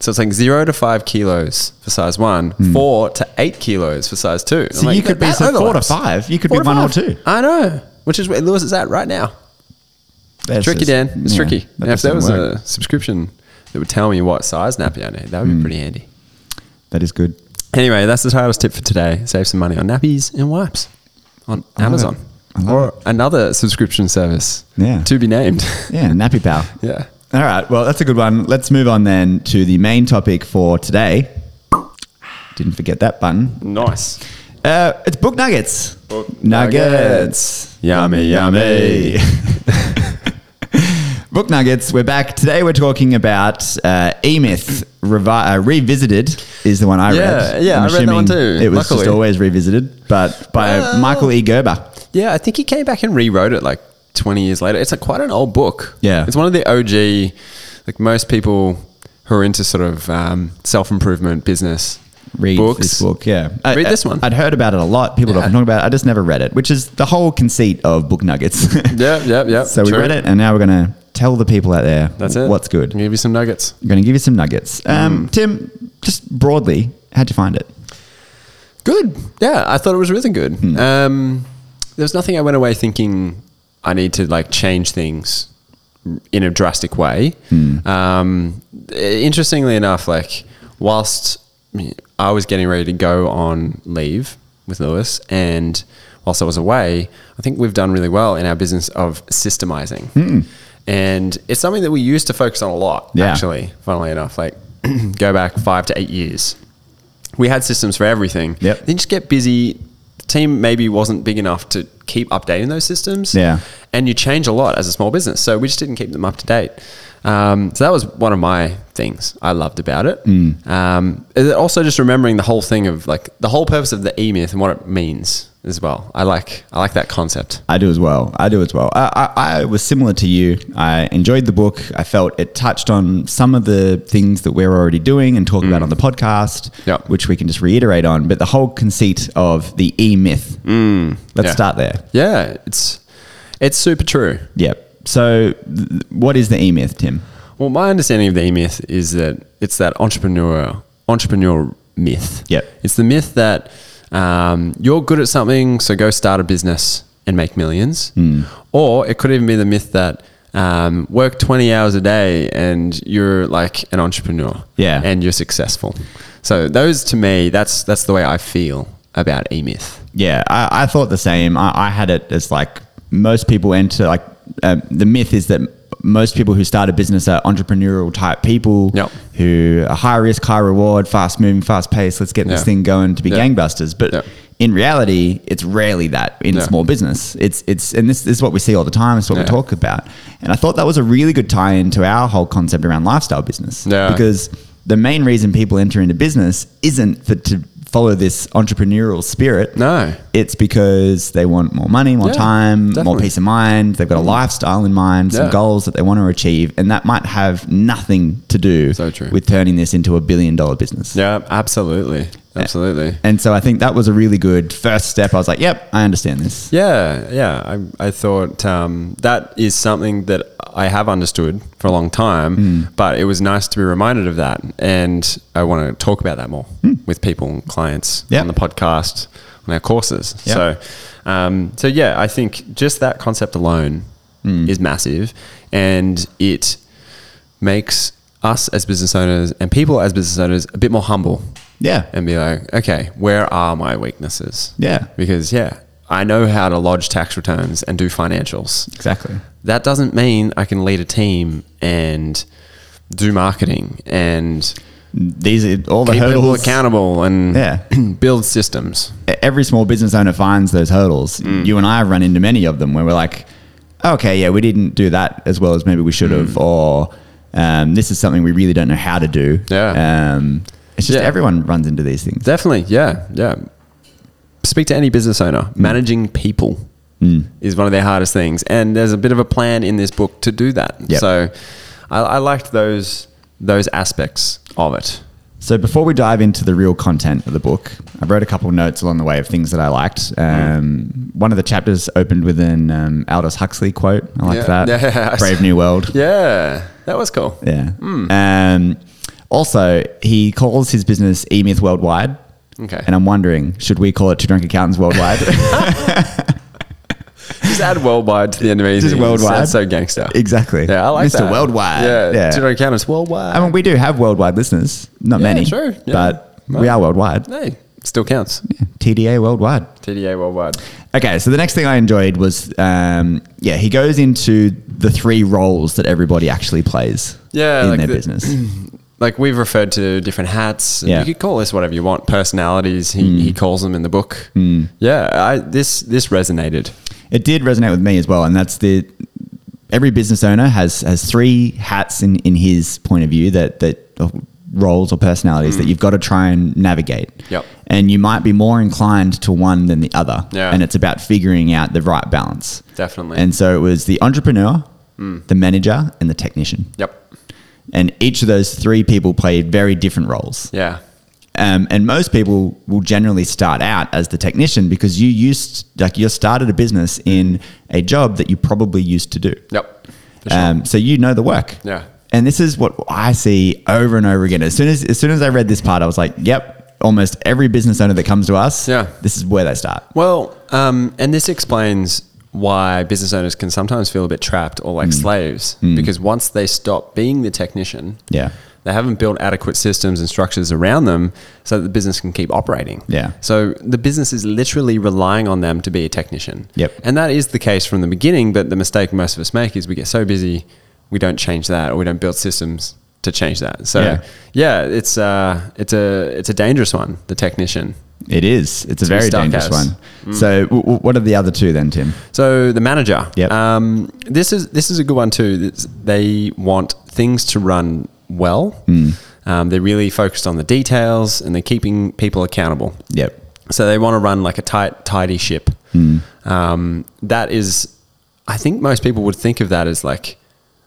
Speaker 5: So it's like zero to five kilos for size one, four to eight kilos for size two. And I'm
Speaker 3: Hmm. So
Speaker 5: like,
Speaker 3: you could be
Speaker 5: that
Speaker 3: so four to
Speaker 5: overlaps.
Speaker 3: five. You could
Speaker 5: Four
Speaker 3: be
Speaker 5: to
Speaker 3: one or
Speaker 5: five.
Speaker 3: two.
Speaker 5: I know, which is where Lewis is at right now.
Speaker 3: That's
Speaker 5: tricky,
Speaker 3: just-
Speaker 5: Dan. It's
Speaker 3: yeah,
Speaker 5: tricky.
Speaker 3: that
Speaker 5: Now, if
Speaker 3: just
Speaker 5: there was
Speaker 3: doesn't work. Hmm.
Speaker 5: a subscription that would tell me what size nappy I need, that would be pretty handy.
Speaker 3: that is good.
Speaker 5: Anyway, that's the hardest tip for today. Save some money on nappies and wipes on Amazon
Speaker 3: I love
Speaker 5: or another subscription service.
Speaker 3: Yeah.
Speaker 5: To be named.
Speaker 3: Yeah, nappy pal.
Speaker 5: yeah.
Speaker 3: All right. Well, that's a good one. Let's move on then to the main topic for today. Didn't forget that button.
Speaker 5: Nice.
Speaker 3: Uh, it's book nuggets.
Speaker 5: Book nuggets. Yummy, yummy.
Speaker 3: book nuggets. We're back today. We're talking about uh, E Myth revi- uh, revisited. Is the one I
Speaker 5: Yeah,
Speaker 3: read.
Speaker 5: yeah, I read that
Speaker 3: assuming
Speaker 5: one too,
Speaker 3: It was just
Speaker 5: luckily.
Speaker 3: always revisited, but by
Speaker 5: Well-
Speaker 3: Michael E. Gerber.
Speaker 5: Yeah, I think he came back and rewrote it like 20 years later. It's a, quite an old book.
Speaker 3: Yeah.
Speaker 5: It's one of the OG, like most people who are into sort of um, self improvement business
Speaker 3: read
Speaker 5: books.
Speaker 3: this book. Yeah,
Speaker 5: Read this one.
Speaker 3: I'd heard about it a lot. People
Speaker 5: Yeah.
Speaker 3: often talk about it. I just never read it, which is the whole conceit of book nuggets.
Speaker 5: Yep, yep, yep.
Speaker 3: so we
Speaker 5: True.
Speaker 3: read it, and now we're gonna tell the people out there
Speaker 5: That's it.
Speaker 3: What's good?
Speaker 5: I'll give you some nuggets.
Speaker 3: I'm gonna give you some nuggets. Um, Tim, just broadly, how'd you find it?
Speaker 5: Good. Yeah, I thought it was really good. Um, there was nothing I went away thinking I need to like change things in a drastic way. Um, eh, interestingly enough, like whilst I was getting ready to go on leave with Lewis and whilst I was away, I think we've done really well in our business of systemizing. And it's something that we used to focus on a lot,
Speaker 3: Yeah.
Speaker 5: actually, funnily enough. Like, go back five to eight years. We had systems for everything.
Speaker 3: Yep.
Speaker 5: Then just get busy. The team maybe wasn't big enough to keep updating those systems.
Speaker 3: Yeah.
Speaker 5: And you change a lot as a small business. So we just didn't keep them up to date. Um, so that was one of my things I loved about it.
Speaker 3: Mm.
Speaker 5: Um, and also just remembering the whole thing of like the whole purpose of the E myth and what it means as well. I like I like that concept.
Speaker 3: I do as well. I do as well. I, I, I was similar to you. I enjoyed the book. I felt it touched on some of the things that we're already doing and talking about on the podcast,
Speaker 5: Yep.
Speaker 3: which we can just reiterate on. But the whole conceit of the e myth. let's
Speaker 5: yeah.
Speaker 3: start there.
Speaker 5: Yeah, it's it's super true.
Speaker 3: Yep. So, th- th- what is the e myth, Tim?
Speaker 5: Well, my understanding of the E myth is that it's that entrepreneur entrepreneur myth.
Speaker 3: Yep.
Speaker 5: it's the myth that um, you're good at something, so go start a business and make millions. Or it could even be the myth that um, work twenty hours a day and you're like an entrepreneur.
Speaker 3: Yeah.
Speaker 5: and you're successful. So those to me, that's that's the way I feel about E myth.
Speaker 3: Yeah, I, I thought the same. I, I had it as like most people enter like um, the myth is that most people who start a business are entrepreneurial type people
Speaker 5: Yep.
Speaker 3: who are high risk, high reward, fast moving, fast paced. Let's get this
Speaker 5: Yeah.
Speaker 3: thing going to be
Speaker 5: Yeah.
Speaker 3: gangbusters. But
Speaker 5: Yeah.
Speaker 3: in reality, it's rarely that in
Speaker 5: Yeah.
Speaker 3: small business. It's it's and this, this is what we see all the time. It's what we
Speaker 5: Yeah.
Speaker 3: talk about. And I thought that was a really good tie in to our whole concept around lifestyle business
Speaker 5: Yeah.
Speaker 3: because the main reason people enter into business isn't for to follow this entrepreneurial spirit
Speaker 5: No,
Speaker 3: it's because they want more money, more
Speaker 5: Yeah,
Speaker 3: time, more
Speaker 5: definitely. Mm.
Speaker 3: peace of mind. They've got a lifestyle in mind, some
Speaker 5: Yeah.
Speaker 3: goals that they want to achieve, and that might have nothing to do
Speaker 5: So true.
Speaker 3: with turning this into a billion dollar business.
Speaker 5: yeah, absolutely, absolutely.
Speaker 3: And so I think that was a really good first step. I was like, yep, I understand this.
Speaker 5: Yeah, yeah. I, I thought um, that is something that I have understood for a long time,
Speaker 3: Hmm.
Speaker 5: but it was nice to be reminded of that. And I want to talk about that more with people and clients
Speaker 3: Hmm. Yeah.
Speaker 5: on the podcast, on our courses.
Speaker 3: Yeah.
Speaker 5: So, um, so yeah, I think just that concept alone
Speaker 3: Hmm.
Speaker 5: is massive and it makes us as business owners and people as business owners a bit more humble
Speaker 3: Yeah.
Speaker 5: and be like, okay, where are my weaknesses?
Speaker 3: Yeah.
Speaker 5: Because, yeah, I know how to lodge tax returns and do financials.
Speaker 3: Exactly.
Speaker 5: That doesn't mean I can lead a team and do marketing and
Speaker 3: These are all the
Speaker 5: keep people
Speaker 3: hurdles.
Speaker 5: accountable and
Speaker 3: Yeah.
Speaker 5: build systems.
Speaker 3: every small business owner finds those hurdles.
Speaker 5: Mm.
Speaker 3: You and I have run into many of them where we're like, okay, yeah, we didn't do that as well as maybe we should
Speaker 5: Mm.
Speaker 3: have, or um, this is something we really don't know how to do.
Speaker 5: Yeah.
Speaker 3: Um, it's just
Speaker 5: Yeah.
Speaker 3: everyone runs into these things.
Speaker 5: Definitely. Yeah. Yeah. Speak to any business owner.
Speaker 3: Mm.
Speaker 5: Managing people is one of their hardest things. And there's a bit of a plan in this book to do that.
Speaker 3: Yep.
Speaker 5: So I, I liked those those aspects of it.
Speaker 3: So before we dive into the real content of the book, I wrote a couple of notes along the way of things that I liked.
Speaker 5: Mm.
Speaker 3: Um, One of the chapters opened with an um, Aldous Huxley quote. I liked
Speaker 5: Yeah.
Speaker 3: that.
Speaker 5: Yeah.
Speaker 3: Brave New World.
Speaker 5: Yeah. Mm. That was cool.
Speaker 3: Yeah. Um, also, he calls his business E Myth Worldwide.
Speaker 5: Okay.
Speaker 3: And I'm wondering, should we call it Two Drunk Accountants Worldwide?
Speaker 5: Just add worldwide to the end of anything.
Speaker 3: Just worldwide.
Speaker 5: That's so gangster.
Speaker 3: exactly.
Speaker 5: Yeah, I like
Speaker 3: Mr.
Speaker 5: that.
Speaker 3: Worldwide.
Speaker 5: Yeah,
Speaker 3: Yeah.
Speaker 5: yeah. Do you know counters worldwide?
Speaker 3: I mean, we do have worldwide listeners, not
Speaker 5: Yeah,
Speaker 3: many,
Speaker 5: true. Yeah.
Speaker 3: but we are worldwide.
Speaker 5: hey, still counts.
Speaker 3: TDA worldwide.
Speaker 5: TDA worldwide.
Speaker 3: Okay, so the next thing I enjoyed was, um, yeah, he goes into the three roles that everybody actually plays
Speaker 5: Yeah,
Speaker 3: in
Speaker 5: like
Speaker 3: their
Speaker 5: the-
Speaker 3: business.
Speaker 5: Like we've referred to different hats. and
Speaker 3: Yeah. Mm.
Speaker 5: You could call this whatever you want. Personalities. He, he calls them in the book. Yeah, I, this this resonated.
Speaker 3: It did resonate with me as well, and that's the every business owner has has three hats in in his point of view that that uh, roles or personalities that you've got to try and navigate.
Speaker 5: Mm. Yep.
Speaker 3: And you might be more inclined to one than the other.
Speaker 5: Yeah.
Speaker 3: And it's about figuring out the right balance.
Speaker 5: Definitely. Mm.
Speaker 3: And so it was the entrepreneur, the manager, and the technician.
Speaker 5: Yep.
Speaker 3: And each of those three people played very different roles.
Speaker 5: Yeah.
Speaker 3: Um, and most people will generally start out as the technician because you used, like, you started a business in a job that you probably used to do.
Speaker 5: Yep. For sure.
Speaker 3: Um, so you know the work.
Speaker 5: Yeah.
Speaker 3: And this is what I see over and over again. As soon as, as soon as I read this part, I was like, yep, almost every business owner that comes to us,
Speaker 5: Yeah.
Speaker 3: this is where they start.
Speaker 5: Well, um, and this explains why business owners can
Speaker 3: Mm.
Speaker 5: sometimes feel a bit trapped or like slaves because once they stop being the technician,
Speaker 3: Yeah.
Speaker 5: They haven't built adequate systems and structures around them so that the business can keep operating.
Speaker 3: Yeah.
Speaker 5: So the business is literally relying on them to be a technician.
Speaker 3: Yep.
Speaker 5: And that is the case from the beginning, but the mistake most of us make is we get so busy, we don't change that or we don't build systems to change that. So
Speaker 3: Yeah.
Speaker 5: yeah, it's uh it's a it's a dangerous one, the technician.
Speaker 3: It is. It's a
Speaker 5: be
Speaker 3: very
Speaker 5: stuck
Speaker 3: dangerous
Speaker 5: as.
Speaker 3: one.
Speaker 5: Mm.
Speaker 3: So, w- w- what are the other two then, Tim?
Speaker 5: So the manager.
Speaker 3: Yep.
Speaker 5: Um, this is this is a good one too. It's- they want things to run well. Um, they're really focused on the details and they're keeping people accountable.
Speaker 3: Yep.
Speaker 5: So they want to run like a tight, tidy ship.
Speaker 3: Mm.
Speaker 5: Um, that is, I think most people would think of that as like,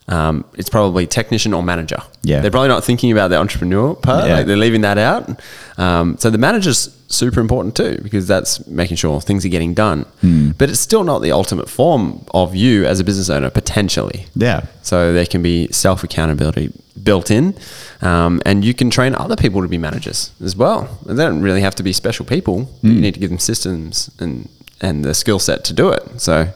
Speaker 5: um, it's probably technician or manager.
Speaker 3: Yeah.
Speaker 5: They're probably not thinking about the entrepreneur part.
Speaker 3: Yeah.
Speaker 5: Like they're leaving that out. Um, so the manager's super important too, because that's making sure things are getting done.
Speaker 3: Mm.
Speaker 5: But it's still not the ultimate form of you as a business owner, potentially.
Speaker 3: Yeah.
Speaker 5: So there can be self accountability built in, um, and you can train other people to be managers as well. And they don't really have to be special people. but
Speaker 3: Hmm.
Speaker 5: You need to give them systems and and the skill set to do it. So, um,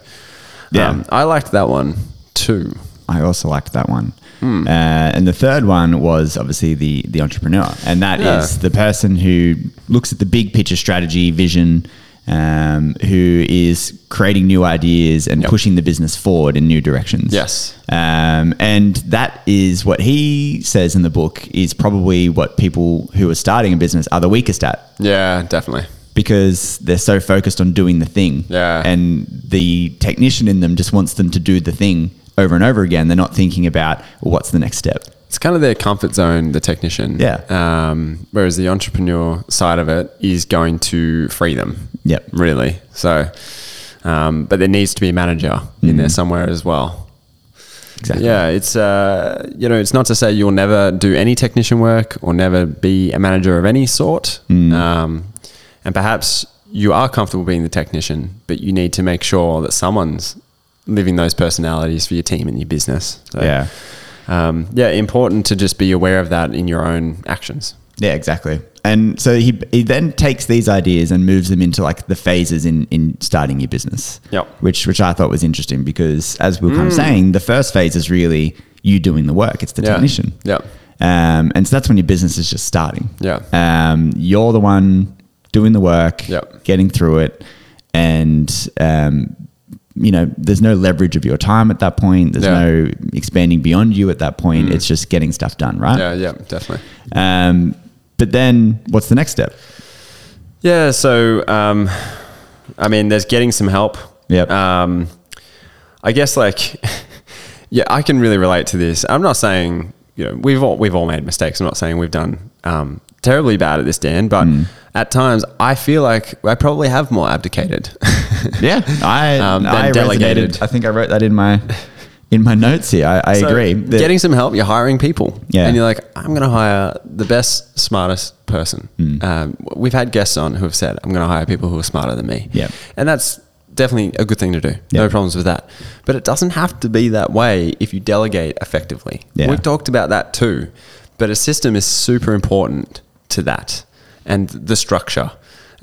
Speaker 3: Yeah.
Speaker 5: I liked that one too.
Speaker 3: I also liked that one.
Speaker 5: Hmm.
Speaker 3: Uh, and the third one was obviously the the entrepreneur, and that is
Speaker 5: Yeah.
Speaker 3: the person who looks at the big picture strategy, vision, um, who is creating new ideas and pushing the business forward in new directions.
Speaker 5: Yes.
Speaker 3: Um, and that is what he says in the book is probably what people who are starting a business are the weakest at
Speaker 5: Yeah, definitely.
Speaker 3: because they're so focused on doing the thing.
Speaker 5: Yeah.
Speaker 3: And the technician in them just wants them to do the thing over and over again. They're not thinking about well, what's the next step.
Speaker 5: It's kind of their comfort zone, the technician.
Speaker 3: Yeah.
Speaker 5: Um, whereas the entrepreneur side of it is going to free them.
Speaker 3: Yep.
Speaker 5: Really. So, um, but there needs to be a manager in
Speaker 3: Hmm.
Speaker 5: there somewhere as well.
Speaker 3: Exactly.
Speaker 5: Yeah, it's uh, you know, it's not to say you'll never do any technician work or never be a manager of any sort. Um, and perhaps you are comfortable being the technician, but you need to make sure that someone's living those personalities for your team and your business. So,
Speaker 3: Yeah.
Speaker 5: um, yeah, important to just be aware of that in your own actions.
Speaker 3: Yeah, exactly. And so he, he then takes these ideas and moves them into like the phases in, in starting your business.
Speaker 5: Yep. Mm.
Speaker 3: Which which I thought was interesting because as we were kind of saying, the first phase is really you doing the work. It's the
Speaker 5: Yeah.
Speaker 3: technician.
Speaker 5: Yep.
Speaker 3: Um, and so that's when your business is just starting.
Speaker 5: Yeah.
Speaker 3: Um, you're the one doing the work,
Speaker 5: Yep.
Speaker 3: getting through it, and um, you know, there's no leverage of your time at that point. There's
Speaker 5: Yeah. Mm.
Speaker 3: no expanding beyond you at that point. It's just getting stuff done, right?
Speaker 5: Yeah, yeah, definitely.
Speaker 3: Um, but then what's the next step?
Speaker 5: Yeah, so um, I mean, there's getting some help.
Speaker 3: Yep.
Speaker 5: Um, I guess like, yeah, I can really relate to this. I'm not saying you know we've all we've all made mistakes. I'm not saying we've done um, terribly bad at this, Dan. But
Speaker 3: Mm.
Speaker 5: at times, I feel like I probably have more abdicated.
Speaker 3: Yeah, I,
Speaker 5: Um, then
Speaker 3: I resonated.
Speaker 5: delegated.
Speaker 3: I think I wrote that in my in my notes here. I, I
Speaker 5: So,
Speaker 3: agree. that-
Speaker 5: Getting some help, you're hiring people.
Speaker 3: Yeah.
Speaker 5: And you're like, I'm going to hire the best, smartest person.
Speaker 3: Mm.
Speaker 5: Um, we've had guests on who have said, I'm going to hire people who are smarter than me.
Speaker 3: Yeah.
Speaker 5: And that's definitely a good thing to do.
Speaker 3: Yeah.
Speaker 5: No problems with that. But it doesn't have to be that way if you delegate effectively.
Speaker 3: Yeah.
Speaker 5: We've talked about that too. But a system is super important to that and the structure.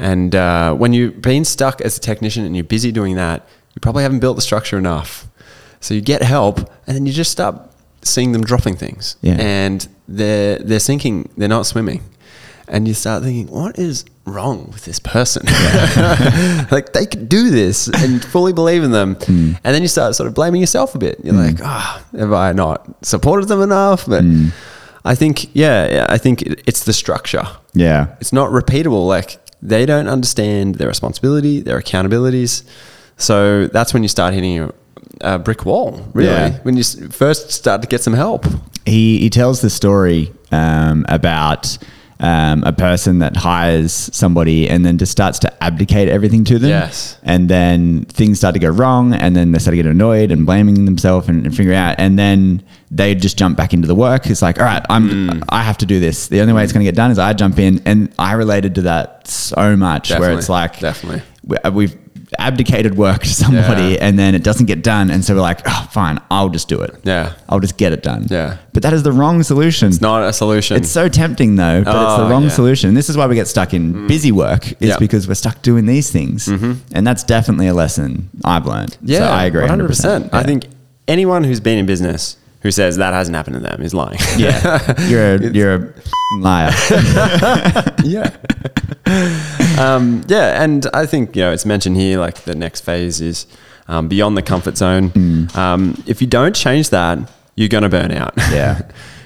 Speaker 5: And uh, when you've been stuck as a technician and you're busy doing that, you probably haven't built the structure enough. So you get help and then you just start seeing them dropping things.
Speaker 3: Yeah.
Speaker 5: And they're, they're sinking, they're not swimming. And you start thinking, what is wrong with this person? like they could do this and fully believe in them.
Speaker 3: Hmm.
Speaker 5: And then you start sort of blaming yourself a bit. You're like, ah, have I not supported them enough? But
Speaker 3: Hmm.
Speaker 5: I think, yeah, yeah, I think it- it's the structure.
Speaker 3: yeah,
Speaker 5: It's not repeatable. Like they don't understand their responsibility, their accountabilities. So that's when you start hitting a, a brick wall, really.
Speaker 3: Yeah.
Speaker 5: When you s- first start to get some help.
Speaker 3: he he tells the story um, about um, a person that hires somebody and then just starts to abdicate everything to them.
Speaker 5: Yes.
Speaker 3: and then things start to go wrong, and then they start to get annoyed and blaming themselves and, and figuring out, and then they just jump back into the work. It's like, all right, I'm
Speaker 5: Mm.
Speaker 3: I have to do this. The only way it's going to get done is I jump in, and I related to that so much, where it's
Speaker 5: Definitely,
Speaker 3: like
Speaker 5: definitely.
Speaker 3: we- uh, we've abdicated work to somebody
Speaker 5: Yeah.
Speaker 3: and then it doesn't get done and so we're like oh, fine i'll just do it
Speaker 5: Yeah.
Speaker 3: I'll just get it done.
Speaker 5: Yeah.
Speaker 3: But that is the wrong solution.
Speaker 5: It's not a solution.
Speaker 3: It's so tempting though, but it's
Speaker 5: Oh,
Speaker 3: the wrong
Speaker 5: yeah. Mm.
Speaker 3: solution. This is why we get stuck in busy work, is
Speaker 5: Yeah. Mm-hmm.
Speaker 3: because we're stuck doing these things. And that's definitely a lesson I've learned. So I agree 100%.
Speaker 5: I
Speaker 3: Yeah.
Speaker 5: think anyone who's been in business who says that hasn't happened to them is lying.
Speaker 3: Yeah, you're a, you're a liar.
Speaker 5: yeah. um, yeah, and I think you know it's mentioned here. Like the next phase is um, beyond the comfort zone. Um, if you don't change that, you're gonna burn out.
Speaker 3: Mm. Yeah.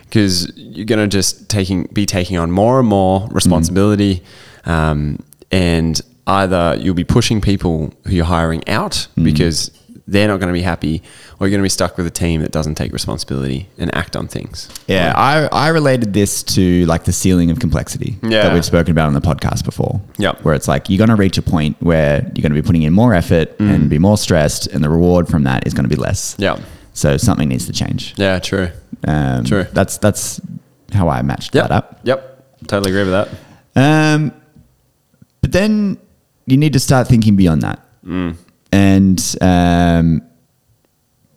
Speaker 5: because you're gonna just taking be taking on more and more responsibility, um, and either you'll be pushing people who you're hiring out because they're not gonna be happy, or you're gonna be stuck with a team that doesn't take responsibility and act on things.
Speaker 3: Yeah, I, I related this to like the ceiling of complexity
Speaker 5: Yeah.
Speaker 3: that we've spoken about on the podcast before.
Speaker 5: Yep.
Speaker 3: Where it's like you're going to reach a point where you're going to be putting in more effort and be more stressed, and the reward from that is going to be less.
Speaker 5: Mm. Yeah.
Speaker 3: So something needs to change.
Speaker 5: Yeah. True.
Speaker 3: Um,
Speaker 5: True.
Speaker 3: That's, that's how I matched
Speaker 5: Yep.
Speaker 3: that up.
Speaker 5: Yep. Totally agree with that.
Speaker 3: Um, but then you need to start thinking beyond that,
Speaker 5: Mm.
Speaker 3: and um,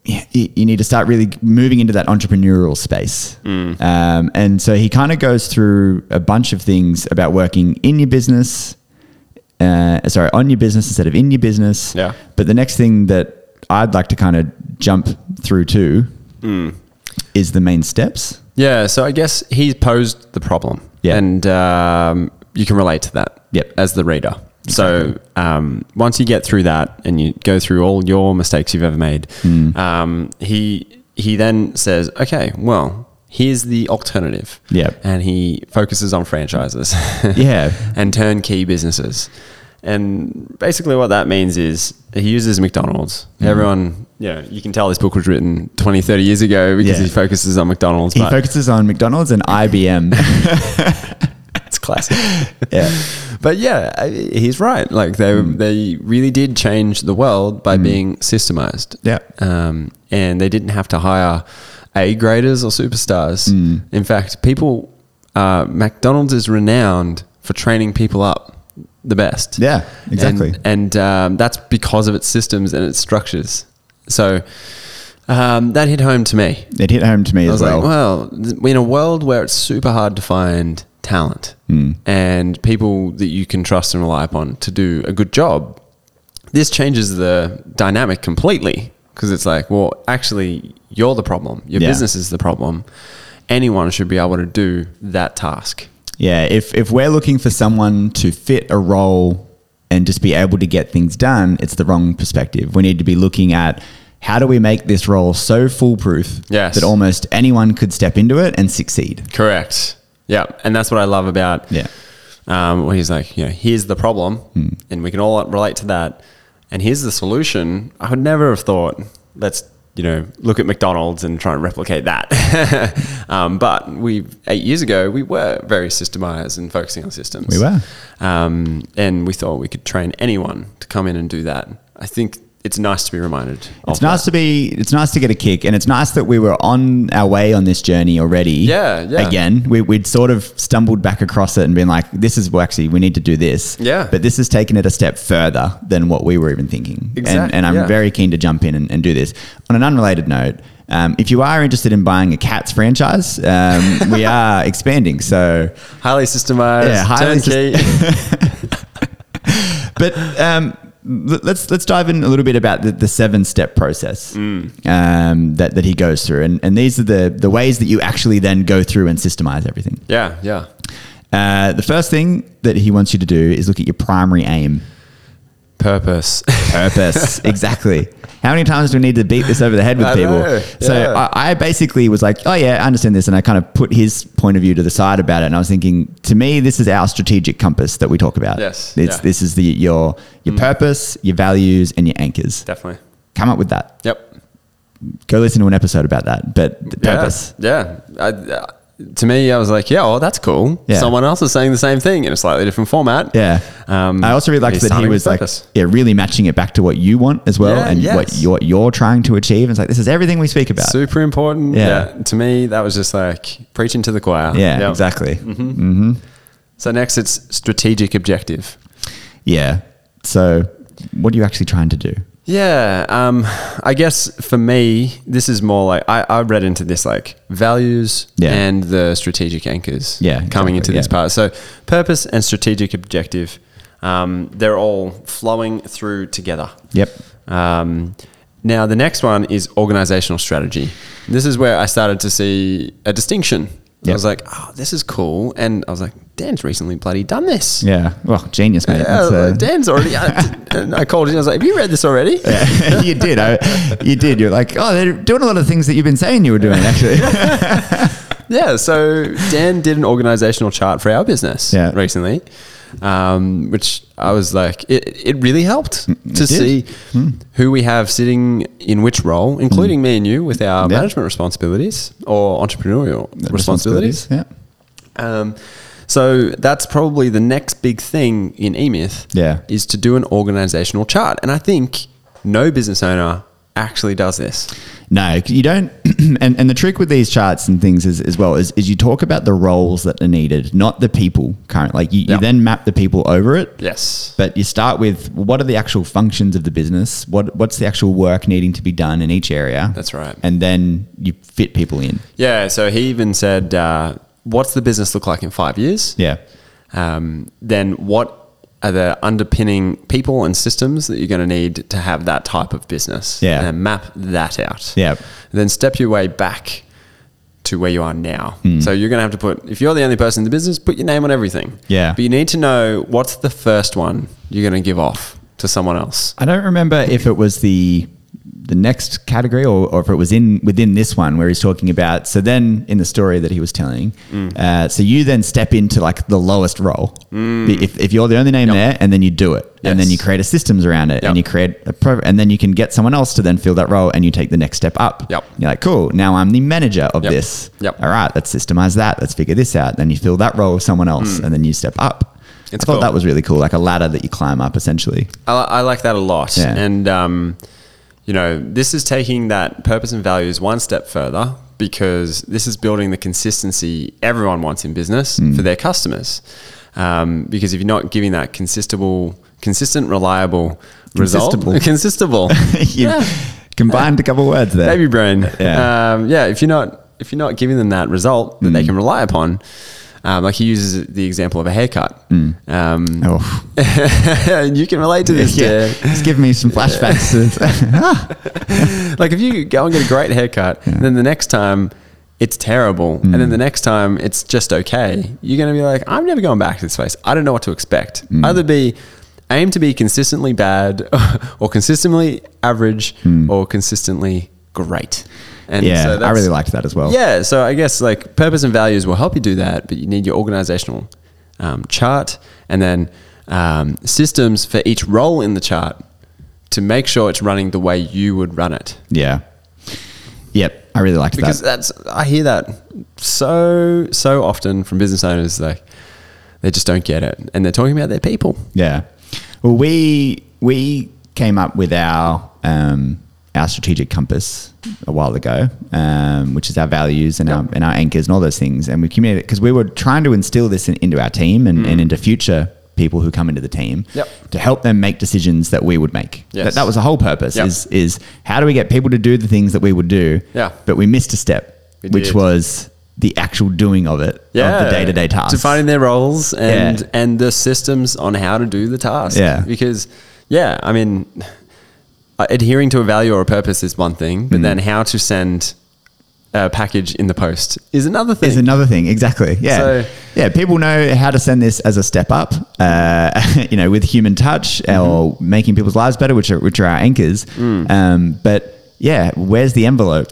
Speaker 3: yeah, you, you need to start really moving into that entrepreneurial space.
Speaker 5: Mm.
Speaker 3: Um, and so he kind of goes through a bunch of things about working in your business, uh, sorry, on your business instead of in your business.
Speaker 5: Yeah.
Speaker 3: But the next thing that I'd like to kind of jump through to
Speaker 5: Mm.
Speaker 3: is the main steps.
Speaker 5: Yeah, so I guess he's posed the problem,
Speaker 3: Yeah.
Speaker 5: and um, you can relate to that.
Speaker 3: Yep.
Speaker 5: as the reader. So um, once you get through that and you go through all your mistakes you've ever made,
Speaker 3: Mm.
Speaker 5: um, he he then says, "Okay, well, here's the alternative."
Speaker 3: Yep.
Speaker 5: and he focuses on franchises.
Speaker 3: Yeah.
Speaker 5: and turnkey businesses. And basically, what that means is he uses McDonald's.
Speaker 3: Mm.
Speaker 5: Everyone, you know, you can tell this book was written 20, 30 years ago because
Speaker 3: Yeah.
Speaker 5: he focuses on McDonald's.
Speaker 3: He
Speaker 5: but-
Speaker 3: focuses on McDonald's and IBM.
Speaker 5: it's classic.
Speaker 3: Yeah.
Speaker 5: But yeah, I- he's right. Like they
Speaker 3: Mm.
Speaker 5: they really did change the world by being systemized.
Speaker 3: Yeah.
Speaker 5: Um, and they didn't have to hire A graders or superstars.
Speaker 3: Mm.
Speaker 5: In fact, people uh, McDonald's is renowned for training people up the best.
Speaker 3: Yeah,
Speaker 5: And-
Speaker 3: exactly.
Speaker 5: And, um, that's because of its systems and its structures. So um, that hit home to me.
Speaker 3: It hit home to me
Speaker 5: I
Speaker 3: as
Speaker 5: was
Speaker 3: well.
Speaker 5: like, well, th- in a world where it's super hard to find talent
Speaker 3: Hmm.
Speaker 5: and people that you can trust and rely upon to do a good job, this changes the dynamic completely because it's like, well, actually, you're the problem. Your
Speaker 3: Yeah.
Speaker 5: business is the problem. Anyone should be able to do that task.
Speaker 3: Yeah, if if we're looking for someone to fit a role and just be able to get things done, it's the wrong perspective. We need to be looking at how do we make this role so foolproof
Speaker 5: Yes.
Speaker 3: that almost anyone could step into it and succeed.
Speaker 5: Correct. Yeah. And that's what I love about
Speaker 3: Yeah. Hmm.
Speaker 5: um, where he's like, you know, here's the problem, and we can all relate to that, and here's the solution. I would never have thought, let's you know, look at McDonald's and try and replicate that. um, but we eight years ago we were very systemized and focusing on systems.
Speaker 3: We were.
Speaker 5: um, and we thought we could train anyone to come in and do that. I think it's nice to be reminded.
Speaker 3: It's nice to be it's nice to get a kick and it's nice that we were on our way on this journey already.
Speaker 5: Yeah, yeah.
Speaker 3: Again, we, we'd sort of stumbled back across it and been like this is well, actually we need to do this.
Speaker 5: Yeah.
Speaker 3: But this has taken it a step further than what we were even thinking. And,
Speaker 5: Exact-
Speaker 3: and I'm
Speaker 5: yeah.
Speaker 3: very keen to jump in and, and do this. On an unrelated note, um, if you are interested in buying a cats franchise, um, we are expanding. So
Speaker 5: highly systemized,
Speaker 3: Yeah, highly
Speaker 5: turnkey.
Speaker 3: but um, l- let's let's dive in a little bit about the, the seven step process um, that that he goes through, and and these are the the ways that you actually then go through and systemize everything.
Speaker 5: yeah, yeah.
Speaker 3: Uh, the first thing that he wants you to do is look at your primary aim,
Speaker 5: Purpose.
Speaker 3: purpose. exactly. How many times do we need to beat this over the head with
Speaker 5: I
Speaker 3: people?
Speaker 5: know,
Speaker 3: So
Speaker 5: yeah.
Speaker 3: I, I basically was like, oh yeah, I understand this, and I kind of put his point of view to the side about it, and I was thinking, to me, this is our strategic compass that we talk about.
Speaker 5: Yes,
Speaker 3: it's
Speaker 5: yeah. Mm.
Speaker 3: this is the your your purpose, your values, and your anchors.
Speaker 5: Definitely.
Speaker 3: come up with that.
Speaker 5: Yep.
Speaker 3: Go listen to an episode about that. But the purpose.
Speaker 5: Yeah. yeah. I, uh, to me, I was like, yeah, well, that's cool.
Speaker 3: Yeah.
Speaker 5: Someone else is saying the same thing in a slightly different format.
Speaker 3: Yeah.
Speaker 5: Um,
Speaker 3: I also really liked
Speaker 5: he's
Speaker 3: that he
Speaker 5: starting
Speaker 3: was
Speaker 5: with
Speaker 3: like,
Speaker 5: purpose.
Speaker 3: yeah, really matching it back to what you want as well
Speaker 5: Yeah,
Speaker 3: and what
Speaker 5: yes.
Speaker 3: you're, what you're trying to achieve. And it's like, this is everything we speak about.
Speaker 5: super important.
Speaker 3: Yeah.
Speaker 5: Yeah. To me, that was just like preaching to the choir.
Speaker 3: yeah,
Speaker 5: Yep.
Speaker 3: exactly.
Speaker 5: So next, it's strategic objective.
Speaker 3: Yeah. So, what are you actually trying to do?
Speaker 5: Yeah, um, I guess for me, this is more like I, I read into this like values
Speaker 3: Yeah.
Speaker 5: and the strategic anchors.
Speaker 3: Yeah, exactly,
Speaker 5: coming into this
Speaker 3: yeah.
Speaker 5: part. So purpose and strategic objective, um, they're all flowing through together.
Speaker 3: Yep.
Speaker 5: Um, Now, the next one is organizational strategy. This is where I started to see a distinction. I
Speaker 3: Yep.
Speaker 5: was like, oh, this is cool. And I was like, Dan's recently bloody done this.
Speaker 3: Yeah. Well, genius, mate.
Speaker 5: Yeah,
Speaker 3: That's, uh,
Speaker 5: like, Dan's already. I, and I called him. I was like, "Have you read this already?"
Speaker 3: you did. I, you did. You're like, oh, they're doing a lot of things that you've been saying you were doing, actually.
Speaker 5: Yeah, so Dan did an organizational chart for our business
Speaker 3: Yeah.
Speaker 5: recently, um, which I was like, it, it really helped
Speaker 3: Mm,
Speaker 5: to see
Speaker 3: Hmm.
Speaker 5: who we have sitting in which role, including me and you with our
Speaker 3: Yeah.
Speaker 5: management responsibilities or entrepreneurial responsibilities.
Speaker 3: Yeah.
Speaker 5: Um, so that's probably the next big thing in eMyth
Speaker 3: Yeah.
Speaker 5: is to do an organizational chart. And I think no business owner actually does this.
Speaker 3: No, you don't. and, and the trick with these charts and things is as well is, is you talk about the roles that are needed, not the people current. Like you,
Speaker 5: Yeah.
Speaker 3: you then map the people over it.
Speaker 5: Yes.
Speaker 3: But you start with what are the actual functions of the business? What what's the actual work needing to be done in each area?
Speaker 5: That's right.
Speaker 3: And then you fit people in.
Speaker 5: Yeah, so he even said, uh, "What's the business look like in five years?"
Speaker 3: Yeah.
Speaker 5: Um, then what are the underpinning people and systems that you're going to need to have that type of business?
Speaker 3: Yeah.
Speaker 5: and map that out.
Speaker 3: Yeah.
Speaker 5: And then step your way back to where you are now.
Speaker 3: Hmm.
Speaker 5: So you're going to have to put if you're the only person in the business, put your name on everything.
Speaker 3: Yeah.
Speaker 5: but you need to know what's the first one you're going to give off to someone else.
Speaker 3: I don't remember if it was the the next category or, or if it was in within this one where he's talking about so then in the story that he was telling
Speaker 5: Mm.
Speaker 3: uh, so you then step into like the lowest role if, if you're the only name there and then you do it and then
Speaker 5: Mm. Yes.
Speaker 3: you create a systems around it
Speaker 5: Yep.
Speaker 3: and you create a pro and then you can get someone else to then fill that role and you take the next step up
Speaker 5: Yep.
Speaker 3: you're like cool now i'm the manager of
Speaker 5: Yep.
Speaker 3: this
Speaker 5: Yep.
Speaker 3: all right let's systemize that let's figure this out then you fill that role with someone else and then you step up
Speaker 5: Mm. It's
Speaker 3: I thought
Speaker 5: cool.
Speaker 3: that was really cool like a ladder that you climb up essentially
Speaker 5: I, I like that a lot.
Speaker 3: Yeah.
Speaker 5: And, um, you know, this is taking that purpose and values one step further because this is building the consistency everyone wants in business
Speaker 3: Mm.
Speaker 5: for their customers. Um, because if you're not giving that consistable, consistent, reliable result, consistable,
Speaker 3: You've combined a couple words there.
Speaker 5: baby brain.
Speaker 3: Yeah. Mm.
Speaker 5: Um, yeah. If you're not if you're not giving them that result that they can rely upon, um, like he uses the example of a haircut.
Speaker 3: Mm.
Speaker 5: Um,
Speaker 3: Oh,
Speaker 5: and you can relate to this,
Speaker 3: yeah.
Speaker 5: Dan.
Speaker 3: It's giving me some flashbacks. to-
Speaker 5: like if you go and get a great haircut, then the next time it's terrible, and
Speaker 3: Mm.
Speaker 5: then the next time it's just okay, you're going to be like, I'm never going back to this place. I don't know what to expect.
Speaker 3: Mm.
Speaker 5: Either be aim to be consistently bad, or consistently average, or consistently great. And
Speaker 3: Mm. yeah, I really liked that as well.
Speaker 5: Yeah, so I guess like purpose and values will help you do that, but you need your organizational um, chart and then um, systems for each role in the chart to make sure it's running the way you would run it.
Speaker 3: Yeah. Yep. I really liked
Speaker 5: Because
Speaker 3: that.
Speaker 5: that's I hear that so so often from business owners like they just don't get it and they're talking about their people.
Speaker 3: Yeah. Well, we we came up with our um, our strategic compass a while ago, um, which is our values and our and our anchors and all those things, and we communicated because we were trying to instill this in, into our team and, and into future people who come into the team
Speaker 5: Mm. Yep.
Speaker 3: to help them make decisions that we would make.
Speaker 5: Yes.
Speaker 3: That, that was the whole purpose
Speaker 5: Yep.
Speaker 3: is is how do we get people to do the things that we would do?
Speaker 5: Yeah.
Speaker 3: But we missed a step,
Speaker 5: We
Speaker 3: which
Speaker 5: did.
Speaker 3: was the actual doing of it, of the day to day tasks.
Speaker 5: Defining their roles and
Speaker 3: Yeah.
Speaker 5: and the systems on how to do the task.
Speaker 3: Yeah.
Speaker 5: Because yeah, I mean uh, adhering to a value or a purpose is one thing, but then how to send a package in the post is another thing.
Speaker 3: is another thing. Exactly. Yeah.
Speaker 5: So-
Speaker 3: yeah. People know how to send this as a step up, uh, you know, with human touch
Speaker 5: Mm-hmm.
Speaker 3: or making people's lives better, which are, which are our anchors.
Speaker 5: Mm.
Speaker 3: Um, but yeah, where's the envelope?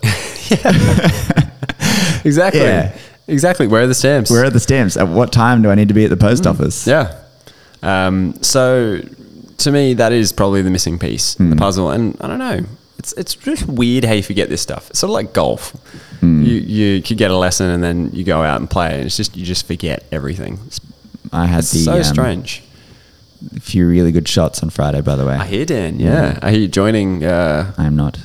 Speaker 5: exactly.
Speaker 3: Yeah.
Speaker 5: Exactly. Where are the stamps?
Speaker 3: Where are the stamps? At what time do I need to be at the post
Speaker 5: Mm.
Speaker 3: office?
Speaker 5: Yeah. Um, so to me, that is probably the missing piece in the puzzle. And I don't know. It's it's just weird how you forget this stuff. It's sort of like golf. You you could get a lesson and then you go out and play, and it's just you just forget everything. It's
Speaker 3: I had the
Speaker 5: so
Speaker 3: um,
Speaker 5: strange.
Speaker 3: few really good shots on Friday, by the way.
Speaker 5: I hear Dan. Yeah, I hear you joining. Uh,
Speaker 3: I'm not.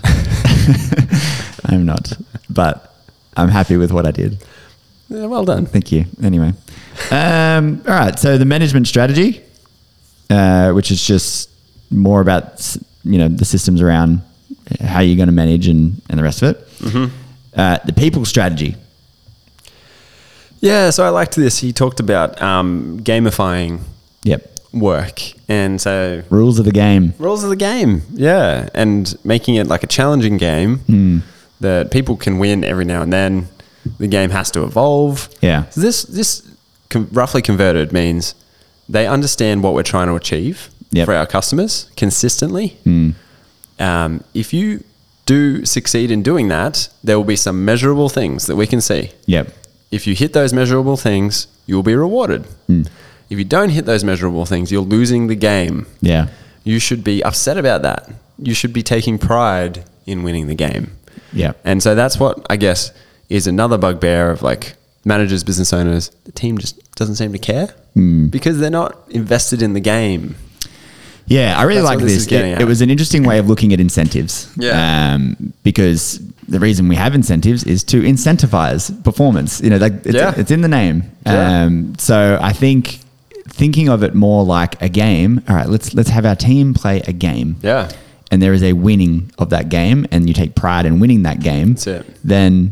Speaker 3: I'm not. But I'm happy with what I did.
Speaker 5: yeah, well done.
Speaker 3: Thank you. Anyway, um, all right. So the management strategy, uh, which is just more about s- you know the systems around how you're going to manage and, and the rest of it. Uh, the people strategy.
Speaker 5: Yeah, so I liked this. He talked about um, gamifying
Speaker 3: Yep.
Speaker 5: work. And so
Speaker 3: Rules of the game.
Speaker 5: rules of the game. Yeah, and making it like a challenging game
Speaker 3: Hmm.
Speaker 5: that people can win every now and then. The game has to evolve.
Speaker 3: Yeah.
Speaker 5: So this this com- roughly converted means they understand what we're trying to achieve
Speaker 3: Yep. Hmm.
Speaker 5: for our customers consistently. Um, if you do succeed in doing that, there will be some measurable things that we can see.
Speaker 3: Yep.
Speaker 5: If you hit those measurable things, you'll be rewarded.
Speaker 3: Hmm.
Speaker 5: If you don't hit those measurable things, you're losing the game
Speaker 3: Yeah.
Speaker 5: you should be upset about that. You should be taking pride in winning the game.
Speaker 3: Yeah.
Speaker 5: And so that's what I guess is another bugbear of like managers, business owners. The team just doesn't seem to care
Speaker 3: Hmm.
Speaker 5: because they're not invested in the game.
Speaker 3: Yeah, I really
Speaker 5: That's
Speaker 3: like
Speaker 5: what this
Speaker 3: this.
Speaker 5: is getting
Speaker 3: it,
Speaker 5: at.
Speaker 3: it was an interesting way of looking at incentives.
Speaker 5: Yeah.
Speaker 3: Um, because the reason we have incentives is to incentivize performance. You know, like it's,
Speaker 5: Yeah.
Speaker 3: it's in the name.
Speaker 5: Yeah.
Speaker 3: Um, so I think thinking of it more like a game. All right, let's let's have our team play a game.
Speaker 5: Yeah.
Speaker 3: And there is a winning of that game, and you take pride in winning that game. That's
Speaker 5: it.
Speaker 3: Then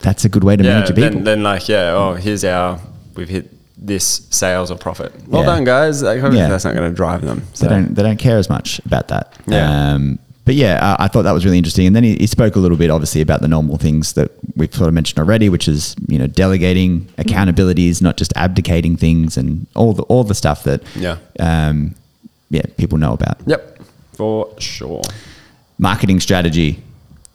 Speaker 3: that's a good way to
Speaker 5: Yeah.
Speaker 3: manage your people.
Speaker 5: Then, then like, yeah, oh, here's our, we've hit this sales or profit. Well
Speaker 3: Yeah.
Speaker 5: done, guys. Like, obviously
Speaker 3: Yeah.
Speaker 5: That's not going to drive them.
Speaker 3: they
Speaker 5: So,
Speaker 3: don't they don't care as much about that.
Speaker 5: Yeah.
Speaker 3: Um, but yeah, I, I thought that was really interesting. And then he, he spoke a little bit, obviously, about the normal things that we've sort of mentioned already, which is you know delegating, accountabilities, not just abdicating things, and all the all the stuff that
Speaker 5: Yeah.
Speaker 3: um, yeah people know about.
Speaker 5: yep. For sure.
Speaker 3: Marketing strategy.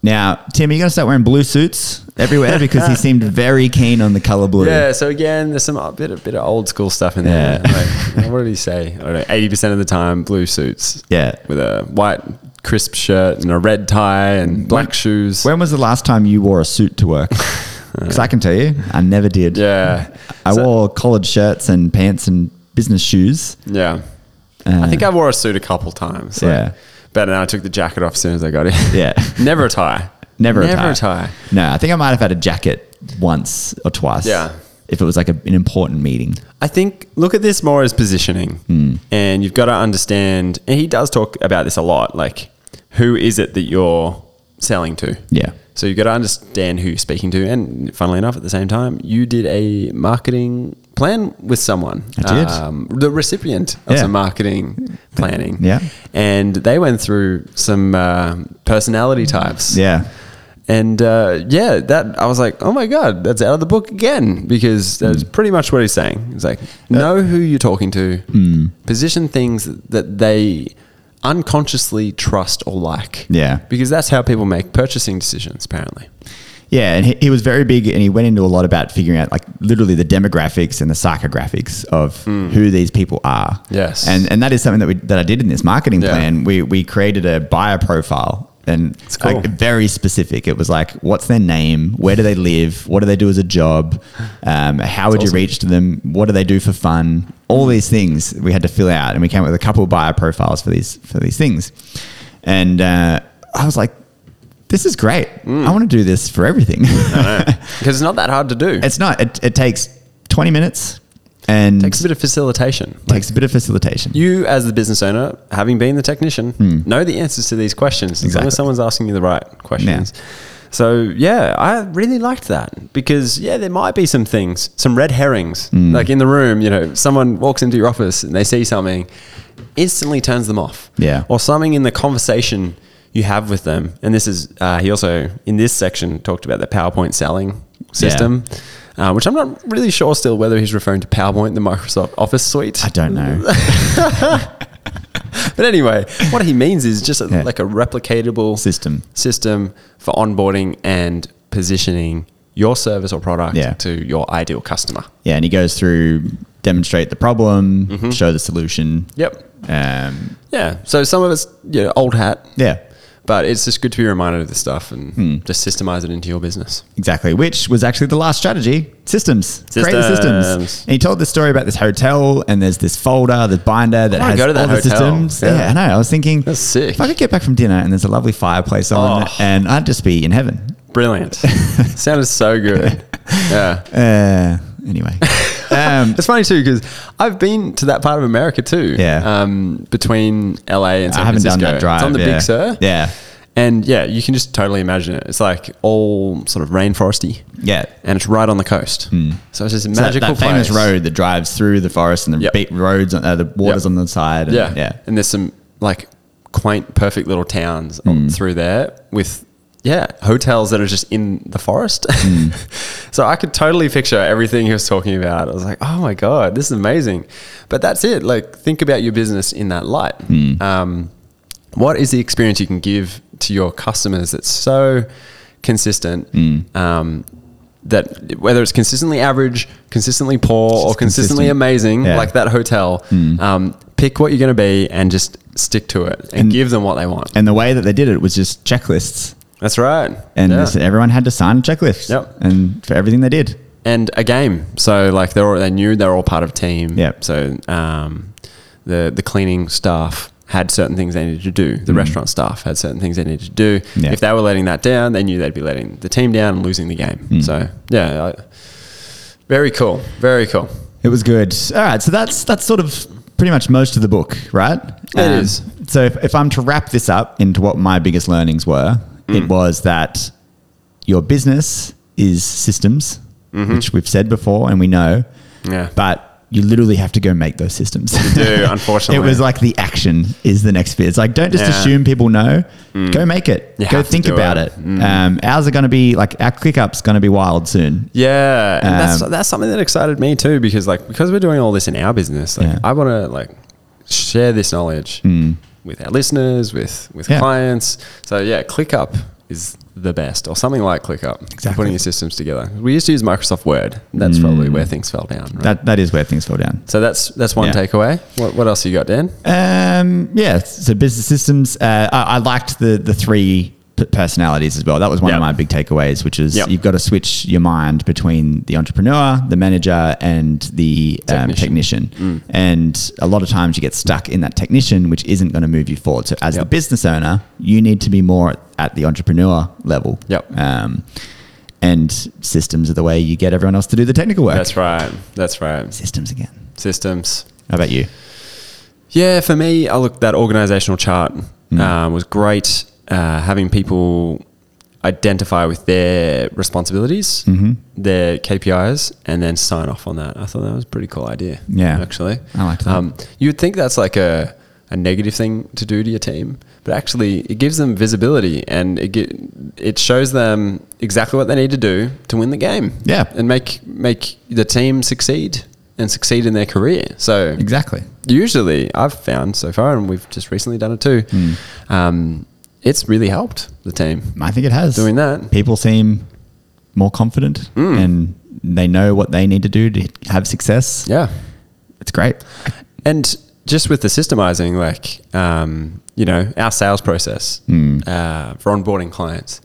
Speaker 3: Now, Tim, are you going to start wearing blue suits everywhere because he seemed very keen on the color blue.
Speaker 5: Yeah, so again, there's some a bit, a bit of old school stuff in there. Like, what did he say? I don't know. Eighty percent of the time, blue suits.
Speaker 3: Yeah.
Speaker 5: with a white crisp shirt and a red tie and black shoes.
Speaker 3: When was the last time you wore a suit to work? Because I can tell you, I never did.
Speaker 5: Uh, yeah,
Speaker 3: I
Speaker 5: So-
Speaker 3: wore collared shirts and pants and business shoes.
Speaker 5: Yeah,
Speaker 3: Uh,
Speaker 5: I think I wore a suit a couple times. like,
Speaker 3: Yeah.
Speaker 5: but then I took the jacket off as soon as I got in.
Speaker 3: Yeah.
Speaker 5: never a tie.
Speaker 3: never,
Speaker 5: never
Speaker 3: a tie. No, I think I might have had a jacket once or twice.
Speaker 5: Yeah.
Speaker 3: If it was like a, an important meeting.
Speaker 5: I think look at this more as positioning,
Speaker 3: Hmm.
Speaker 5: and you've got to understand. And he does talk about this a lot. Like, who is it that you're selling to?
Speaker 3: Yeah.
Speaker 5: So you've got to understand who you're speaking to. And funnily enough, at the same time, you did a marketing plan with someone. Um,
Speaker 3: I did.
Speaker 5: the recipient of
Speaker 3: Yeah.
Speaker 5: some marketing planning.
Speaker 3: Yeah.
Speaker 5: And they went through some uh, personality types.
Speaker 3: Yeah.
Speaker 5: And uh, yeah, that I was like, oh my god, that's out of the book again because that's pretty much what he's saying. He's like, know who you're talking to, position things that they unconsciously trust or like.
Speaker 3: Yeah.
Speaker 5: because that's how people make purchasing decisions. Apparently,
Speaker 3: Yeah, and he, he was very big, and he went into a lot about figuring out like literally the demographics and the psychographics of who these people are.
Speaker 5: Hmm. Yes.
Speaker 3: and and that is something that we that I did in this marketing
Speaker 5: Yeah.
Speaker 3: plan. We we created a buyer profile. And it's
Speaker 5: cool.
Speaker 3: like very specific. It was like, what's their name? Where do they live? What do they do as a job? Um, how would you
Speaker 5: awesome.
Speaker 3: reach to them? What do they do for fun? All these things we had to fill out, and we came up with a couple of buyer profiles for these for these things. And uh, I was like, this is great.
Speaker 5: Mm.
Speaker 3: I want to do this for everything.
Speaker 5: because it's not that hard to do. It
Speaker 3: it's not. It, it takes 20 minutes and
Speaker 5: takes a bit of facilitation.
Speaker 3: takes a bit of facilitation.
Speaker 5: You, as the business owner, having been the technician, know the answers to these questions as long
Speaker 3: Hmm. Exactly.
Speaker 5: as someone's asking you the right questions. So, yeah, I really liked that because, yeah, there might be some things, some red herrings.
Speaker 3: Hmm.
Speaker 5: Like in the room, you know, someone walks into your office and they see something, instantly turns them off.
Speaker 3: Yeah.
Speaker 5: Or something in the conversation you have with them. And this is, uh, he also, in this section, talked about the PowerPoint selling system. Uh, which I'm not really sure still whether he's referring to PowerPoint, the Microsoft Office suite.
Speaker 3: I don't know.
Speaker 5: But anyway, what he means is just a,
Speaker 3: Yeah.
Speaker 5: like a replicatable
Speaker 3: System.
Speaker 5: system for onboarding and positioning your service or product
Speaker 3: Yeah.
Speaker 5: to your ideal customer.
Speaker 3: Yeah, and he goes through demonstrate the problem, show the solution.
Speaker 5: Mm-hmm. Yep.
Speaker 3: Um,
Speaker 5: Yeah. So some of it's you know, old hat,
Speaker 3: yeah,
Speaker 5: but it's just good to be reminded of this stuff and
Speaker 3: Hmm.
Speaker 5: just systemize it into your business.
Speaker 3: exactly. Which was actually the last strategy: systems. Create the systems.
Speaker 5: Systems.
Speaker 3: And he told this story about this hotel, and there's this folder, the binder that
Speaker 5: I wanna
Speaker 3: has
Speaker 5: go to
Speaker 3: all
Speaker 5: that
Speaker 3: the
Speaker 5: hotel.
Speaker 3: systems. Yeah.
Speaker 5: Yeah.
Speaker 3: I know. I was thinking,
Speaker 5: That's sick.
Speaker 3: If I could get back from dinner, and there's a lovely fireplace on,
Speaker 5: Oh.
Speaker 3: and I'd just be in heaven.
Speaker 5: Brilliant. Sounded so good. Yeah.
Speaker 3: Uh, anyway, um,
Speaker 5: It's funny too because I've been to that part of America too.
Speaker 3: Yeah.
Speaker 5: Um, between LA and San
Speaker 3: I haven't
Speaker 5: Francisco.
Speaker 3: done that drive.
Speaker 5: It's on the
Speaker 3: yeah.
Speaker 5: Big Sur.
Speaker 3: Yeah.
Speaker 5: And yeah, you can just totally imagine it. It's like all sort of rainforesty,
Speaker 3: Yeah. Hmm.
Speaker 5: and it's right on the coast. So it's just a
Speaker 3: So that-
Speaker 5: magical
Speaker 3: that, famous
Speaker 5: place.
Speaker 3: road that drives through the forest and the
Speaker 5: Yep.
Speaker 3: beat roads, on, uh, the waters
Speaker 5: Yep.
Speaker 3: on the side. And,
Speaker 5: Yeah.
Speaker 3: yeah.
Speaker 5: And there's some like quaint, perfect little towns
Speaker 3: Hmm.
Speaker 5: on through there with, yeah, hotels that are just in the forest.
Speaker 3: Hmm.
Speaker 5: so I could totally picture everything he was talking about. I was like, oh my God, this is amazing. But that's it. Like, think about your business in that light.
Speaker 3: Hmm.
Speaker 5: Um, what is the experience you can give to your customers that's so consistent?
Speaker 3: Hmm.
Speaker 5: Um, that whether it's consistently average, consistently poor, or consistently
Speaker 3: consistent.
Speaker 5: amazing,
Speaker 3: Yeah. Hmm.
Speaker 5: like that hotel, um, pick what you're going to be and just stick to it and, give them what they want.
Speaker 3: And the way that they did it was just checklists.
Speaker 5: That's right.
Speaker 3: And
Speaker 5: Yeah.
Speaker 3: they said everyone had to sign a checklist.
Speaker 5: Yep.
Speaker 3: And for everything they did.
Speaker 5: and a game. So like they're all, they knew they're all part of a team.
Speaker 3: Yep.
Speaker 5: So um, the the cleaning staff had certain things they needed to do. The restaurant staff had certain things they needed to do.
Speaker 3: Yeah.
Speaker 5: If they were letting that down, they knew they'd be letting the team down and losing the game. So yeah, I, very cool. Very cool.
Speaker 3: It was good. All right, so that's that's sort of pretty much most of the book, right? Um,
Speaker 5: It is.
Speaker 3: So if, if I'm to wrap this up into what my biggest learnings were,
Speaker 5: Mm.
Speaker 3: it was that your business is systems, which we've said before and we know,
Speaker 5: Mm-hmm. Yeah.
Speaker 3: but you literally have to go make those systems.
Speaker 5: do, unfortunately.
Speaker 3: it was like the action is the next bit. It's like don't just
Speaker 5: Yeah. Mm.
Speaker 3: assume people know. Go make it.
Speaker 5: You
Speaker 3: go
Speaker 5: have to
Speaker 3: think
Speaker 5: do
Speaker 3: about
Speaker 5: it. Mm.
Speaker 3: it. Um, ours are going to be like our ClickUp's going to be wild soon.
Speaker 5: Yeah, and that's
Speaker 3: Um,
Speaker 5: that's something that excited me too because like because we're doing all this in our business, like
Speaker 3: Yeah. Hmm.
Speaker 5: I want to like share this knowledge with our listeners, with with
Speaker 3: Yeah.
Speaker 5: clients. So yeah, ClickUp is the best or something like ClickUp.
Speaker 3: Exactly. Hmm.
Speaker 5: Putting your systems together. We used to use Microsoft Word. That's probably where things fell down. Right?
Speaker 3: That that is where things fall down.
Speaker 5: so that's that's one
Speaker 3: Yeah.
Speaker 5: takeaway. What, what else you got, Dan?
Speaker 3: Um, yeah. So business systems. Uh, I, I liked the the three p- personalities as well. That was one
Speaker 5: Yep.
Speaker 3: of my big takeaways, which is
Speaker 5: Yep.
Speaker 3: you've got to switch your mind between the entrepreneur, the manager, and the um,
Speaker 5: Technician. Mm.
Speaker 3: technician. And a lot of times you get stuck in that technician, which isn't going to move you forward. So as the
Speaker 5: Yep.
Speaker 3: business owner, you need to be more at, at the entrepreneur level.
Speaker 5: Yep.
Speaker 3: Um, and systems are the way you get everyone else to do the technical work.
Speaker 5: That's right. That's right.
Speaker 3: systems again.
Speaker 5: Systems.
Speaker 3: How about you?
Speaker 5: Yeah, for me, I look that organizational chart
Speaker 3: Mm.
Speaker 5: um, was great. Uh, having people identify with their responsibilities,
Speaker 3: Mm-hmm.
Speaker 5: their KPIs, and then sign off on that. I thought that was a pretty cool idea.
Speaker 3: Yeah.
Speaker 5: actually, Um,
Speaker 3: I liked that.
Speaker 5: you'd think that's like a a negative thing to do to your team, but actually, it gives them visibility and it ge- it shows them exactly what they need to do to win the game.
Speaker 3: Yeah.
Speaker 5: and make make the team succeed and succeed in their career. So
Speaker 3: Exactly.
Speaker 5: usually I've found so far, and we've just recently done it too.
Speaker 3: Hmm.
Speaker 5: Um, it's really helped the team.
Speaker 3: I think it has.
Speaker 5: Doing that. Mm.
Speaker 3: People seem more confident and they know what they need to do to have success.
Speaker 5: Yeah,
Speaker 3: It's great.
Speaker 5: and just with the systemizing, like um, you know, our sales process
Speaker 3: Hmm.
Speaker 5: uh, for onboarding clients,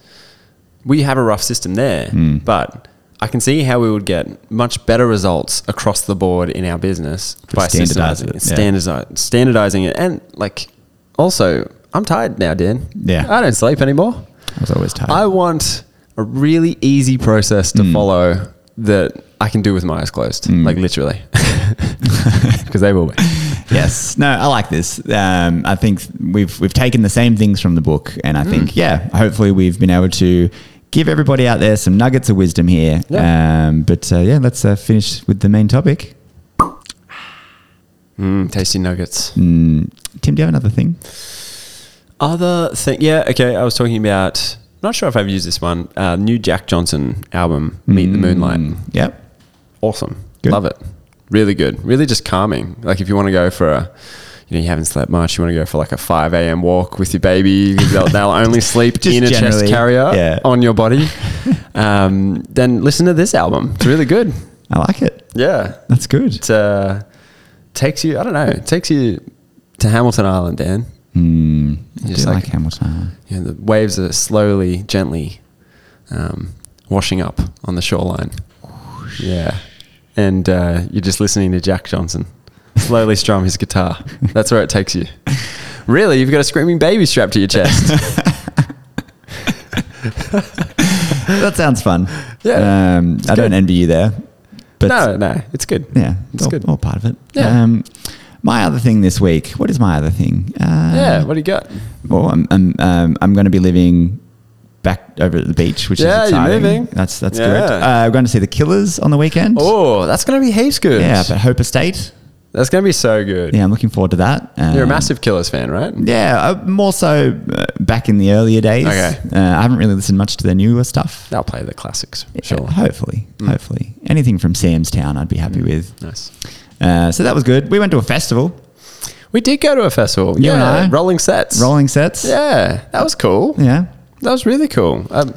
Speaker 5: we have a rough system there,
Speaker 3: Hmm.
Speaker 5: but. I can see how we would get much better results across the board in our business by
Speaker 3: standardizing
Speaker 5: standardizing
Speaker 3: it,
Speaker 5: it,
Speaker 3: yeah.
Speaker 5: standardize, standardizing it, and like also, I'm tired now, Dan.
Speaker 3: Yeah.
Speaker 5: I don't sleep anymore.
Speaker 3: I was always tired.
Speaker 5: I want a really easy process to follow that I can do with my eyes closed, like literally, because they will be.
Speaker 3: yes. No, I like this. Um, I think we've we've taken the same things from the book, and I
Speaker 5: Mm.
Speaker 3: think yeah, hopefully we've been able to give everybody out there some nuggets of wisdom here.
Speaker 5: Yeah.
Speaker 3: Um, but uh, yeah, let's uh, finish with the main topic.
Speaker 5: Mm, tasty nuggets.
Speaker 3: Tim, do you have another thing?
Speaker 5: Other thing, yeah, okay. I was talking about. Not sure if I've used this one. Uh, new Jack Johnson album, Meet the Moonlight.
Speaker 3: Yep.
Speaker 5: Awesome,
Speaker 3: Good.
Speaker 5: love it. Really good. Really just calming. Like if you want to go for a. You know, you haven't slept much. You want to go for like a 5 a.m. walk with your baby. 'cause They'll, they'll only sleep
Speaker 3: Just
Speaker 5: in a chest
Speaker 3: generally,
Speaker 5: carrier
Speaker 3: yeah.
Speaker 5: on your body. Um, then listen to this album. It's really good.
Speaker 3: I like it.
Speaker 5: Yeah.
Speaker 3: That's good.
Speaker 5: It uh, takes you, I don't know, it takes you to Hamilton Island, Dan.
Speaker 3: Mm, I do
Speaker 5: Just
Speaker 3: like,
Speaker 5: like-
Speaker 3: Hamilton Island.
Speaker 5: You know, the waves are slowly, gently um, washing up on the shoreline. Yeah. And uh, you're just listening to Jack Johnson slowly strum his guitar. That's where it takes you. Really, you've got a screaming baby strapped to your chest.
Speaker 3: that sounds fun.
Speaker 5: Yeah.
Speaker 3: Um, I don't
Speaker 5: good.
Speaker 3: envy you there. But
Speaker 5: no, no, it's good.
Speaker 3: Yeah.
Speaker 5: It's
Speaker 3: all,
Speaker 5: good.
Speaker 3: all part of it.
Speaker 5: Yeah.
Speaker 3: Um, my other thing this week. What is my other thing? Uh,
Speaker 5: Yeah, what do you got?
Speaker 3: well, I'm I'm um, I'm going to be living back over at the beach, which
Speaker 5: Yeah,
Speaker 3: is
Speaker 5: you're
Speaker 3: exciting.
Speaker 5: moving.
Speaker 3: That's that's
Speaker 5: Yeah.
Speaker 3: good. Uh, we're going to see the Killers on the weekend.
Speaker 5: Oh, that's going to be heaps good.
Speaker 3: Yeah, up at Hope Estate.
Speaker 5: That's going to be so good.
Speaker 3: Yeah, I'm looking forward to that. Um,
Speaker 5: You're a massive Killers fan, right?
Speaker 3: Yeah, uh, more so uh, back in the earlier days.
Speaker 5: Okay.
Speaker 3: Uh, I haven't really listened much to their newer stuff.
Speaker 5: They'll play the classics.
Speaker 3: Yeah,
Speaker 5: Sure. Mm.
Speaker 3: hopefully, hopefully anything from Sam's Town, I'd be happy with.
Speaker 5: Nice.
Speaker 3: Uh, so that was good. We went to a festival,
Speaker 5: We did go to a festival.
Speaker 3: You
Speaker 5: yeah.
Speaker 3: and I?
Speaker 5: Rolling sets.
Speaker 3: rolling sets.
Speaker 5: Yeah. That was cool.
Speaker 3: yeah.
Speaker 5: That was really cool. Um,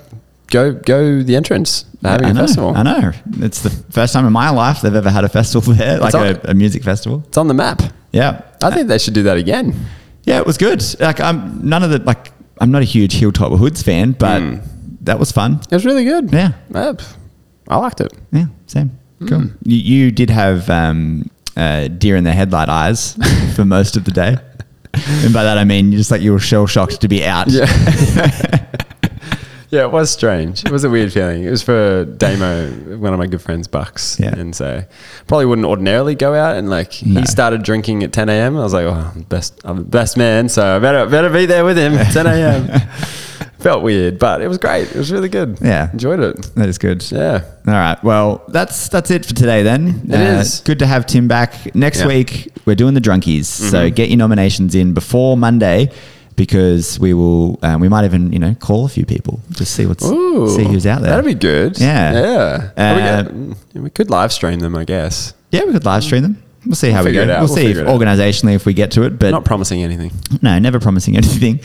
Speaker 5: go go the entrance. They're having
Speaker 3: I
Speaker 5: a
Speaker 3: know,
Speaker 5: festival.
Speaker 3: I know. It's the first time in my life they've ever had a festival there, like
Speaker 5: on-
Speaker 3: a, a music festival.
Speaker 5: It's on the map.
Speaker 3: Yeah.
Speaker 5: I think they should do that again.
Speaker 3: Yeah, it was good. Like I'm none of the like I'm not a huge Hilltop Hoods fan, but
Speaker 5: Hmm.
Speaker 3: that was fun.
Speaker 5: It was really good.
Speaker 3: Yeah.
Speaker 5: Uh, I liked it.
Speaker 3: Yeah, same.
Speaker 5: Hmm.
Speaker 3: Cool. You, you did have um, uh, deer in the headlight eyes for most of the day, and by that I mean you just like you were shell shocked to be out.
Speaker 5: Yeah. yeah, it was strange. It was a weird feeling. It was for Damo, one of my good friends, Bucks.
Speaker 3: Yeah.
Speaker 5: And so probably wouldn't ordinarily go out. And like
Speaker 3: No.
Speaker 5: he started drinking at 10 a.m. I was like, oh, I'm the best, I'm the best man. So I better, better be there with him at 10 a.m. Felt weird, but it was great. It was really good.
Speaker 3: Yeah.
Speaker 5: Enjoyed it.
Speaker 3: That is good.
Speaker 5: Yeah.
Speaker 3: All right. Well, that's that's it for today then. Uh,
Speaker 5: It is.
Speaker 3: Good to have Tim back. Next
Speaker 5: Yeah. Mm-hmm.
Speaker 3: week we're doing the drunkies, so get your nominations in before Monday because we will. Um, we might even you know call a few people just see what's
Speaker 5: Ooh.
Speaker 3: see who's out there.
Speaker 5: That'd be good.
Speaker 3: Yeah.
Speaker 5: Yeah.
Speaker 3: Uh,
Speaker 5: we, could, we could live stream them, I guess.
Speaker 3: yeah, we could live stream them. We'll see how we
Speaker 5: figure
Speaker 3: go.
Speaker 5: it out.
Speaker 3: We'll,
Speaker 5: We'll
Speaker 3: see if
Speaker 5: figure it out.
Speaker 3: organisationally if we get to it, but
Speaker 5: Not promising anything.
Speaker 3: No, never promising anything.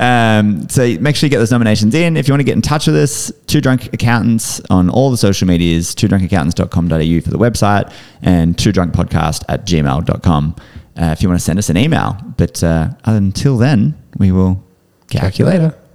Speaker 3: um, so make sure you get those nominations in. If you want to get in touch with us, Two Drunk Accountants on all the social medias, twodrunkaccountants.com.au for the website and twodrunkpodcast at gmail.com uh, if you want to send us an email. But uh, until then, we will calculate.
Speaker 5: Calculator.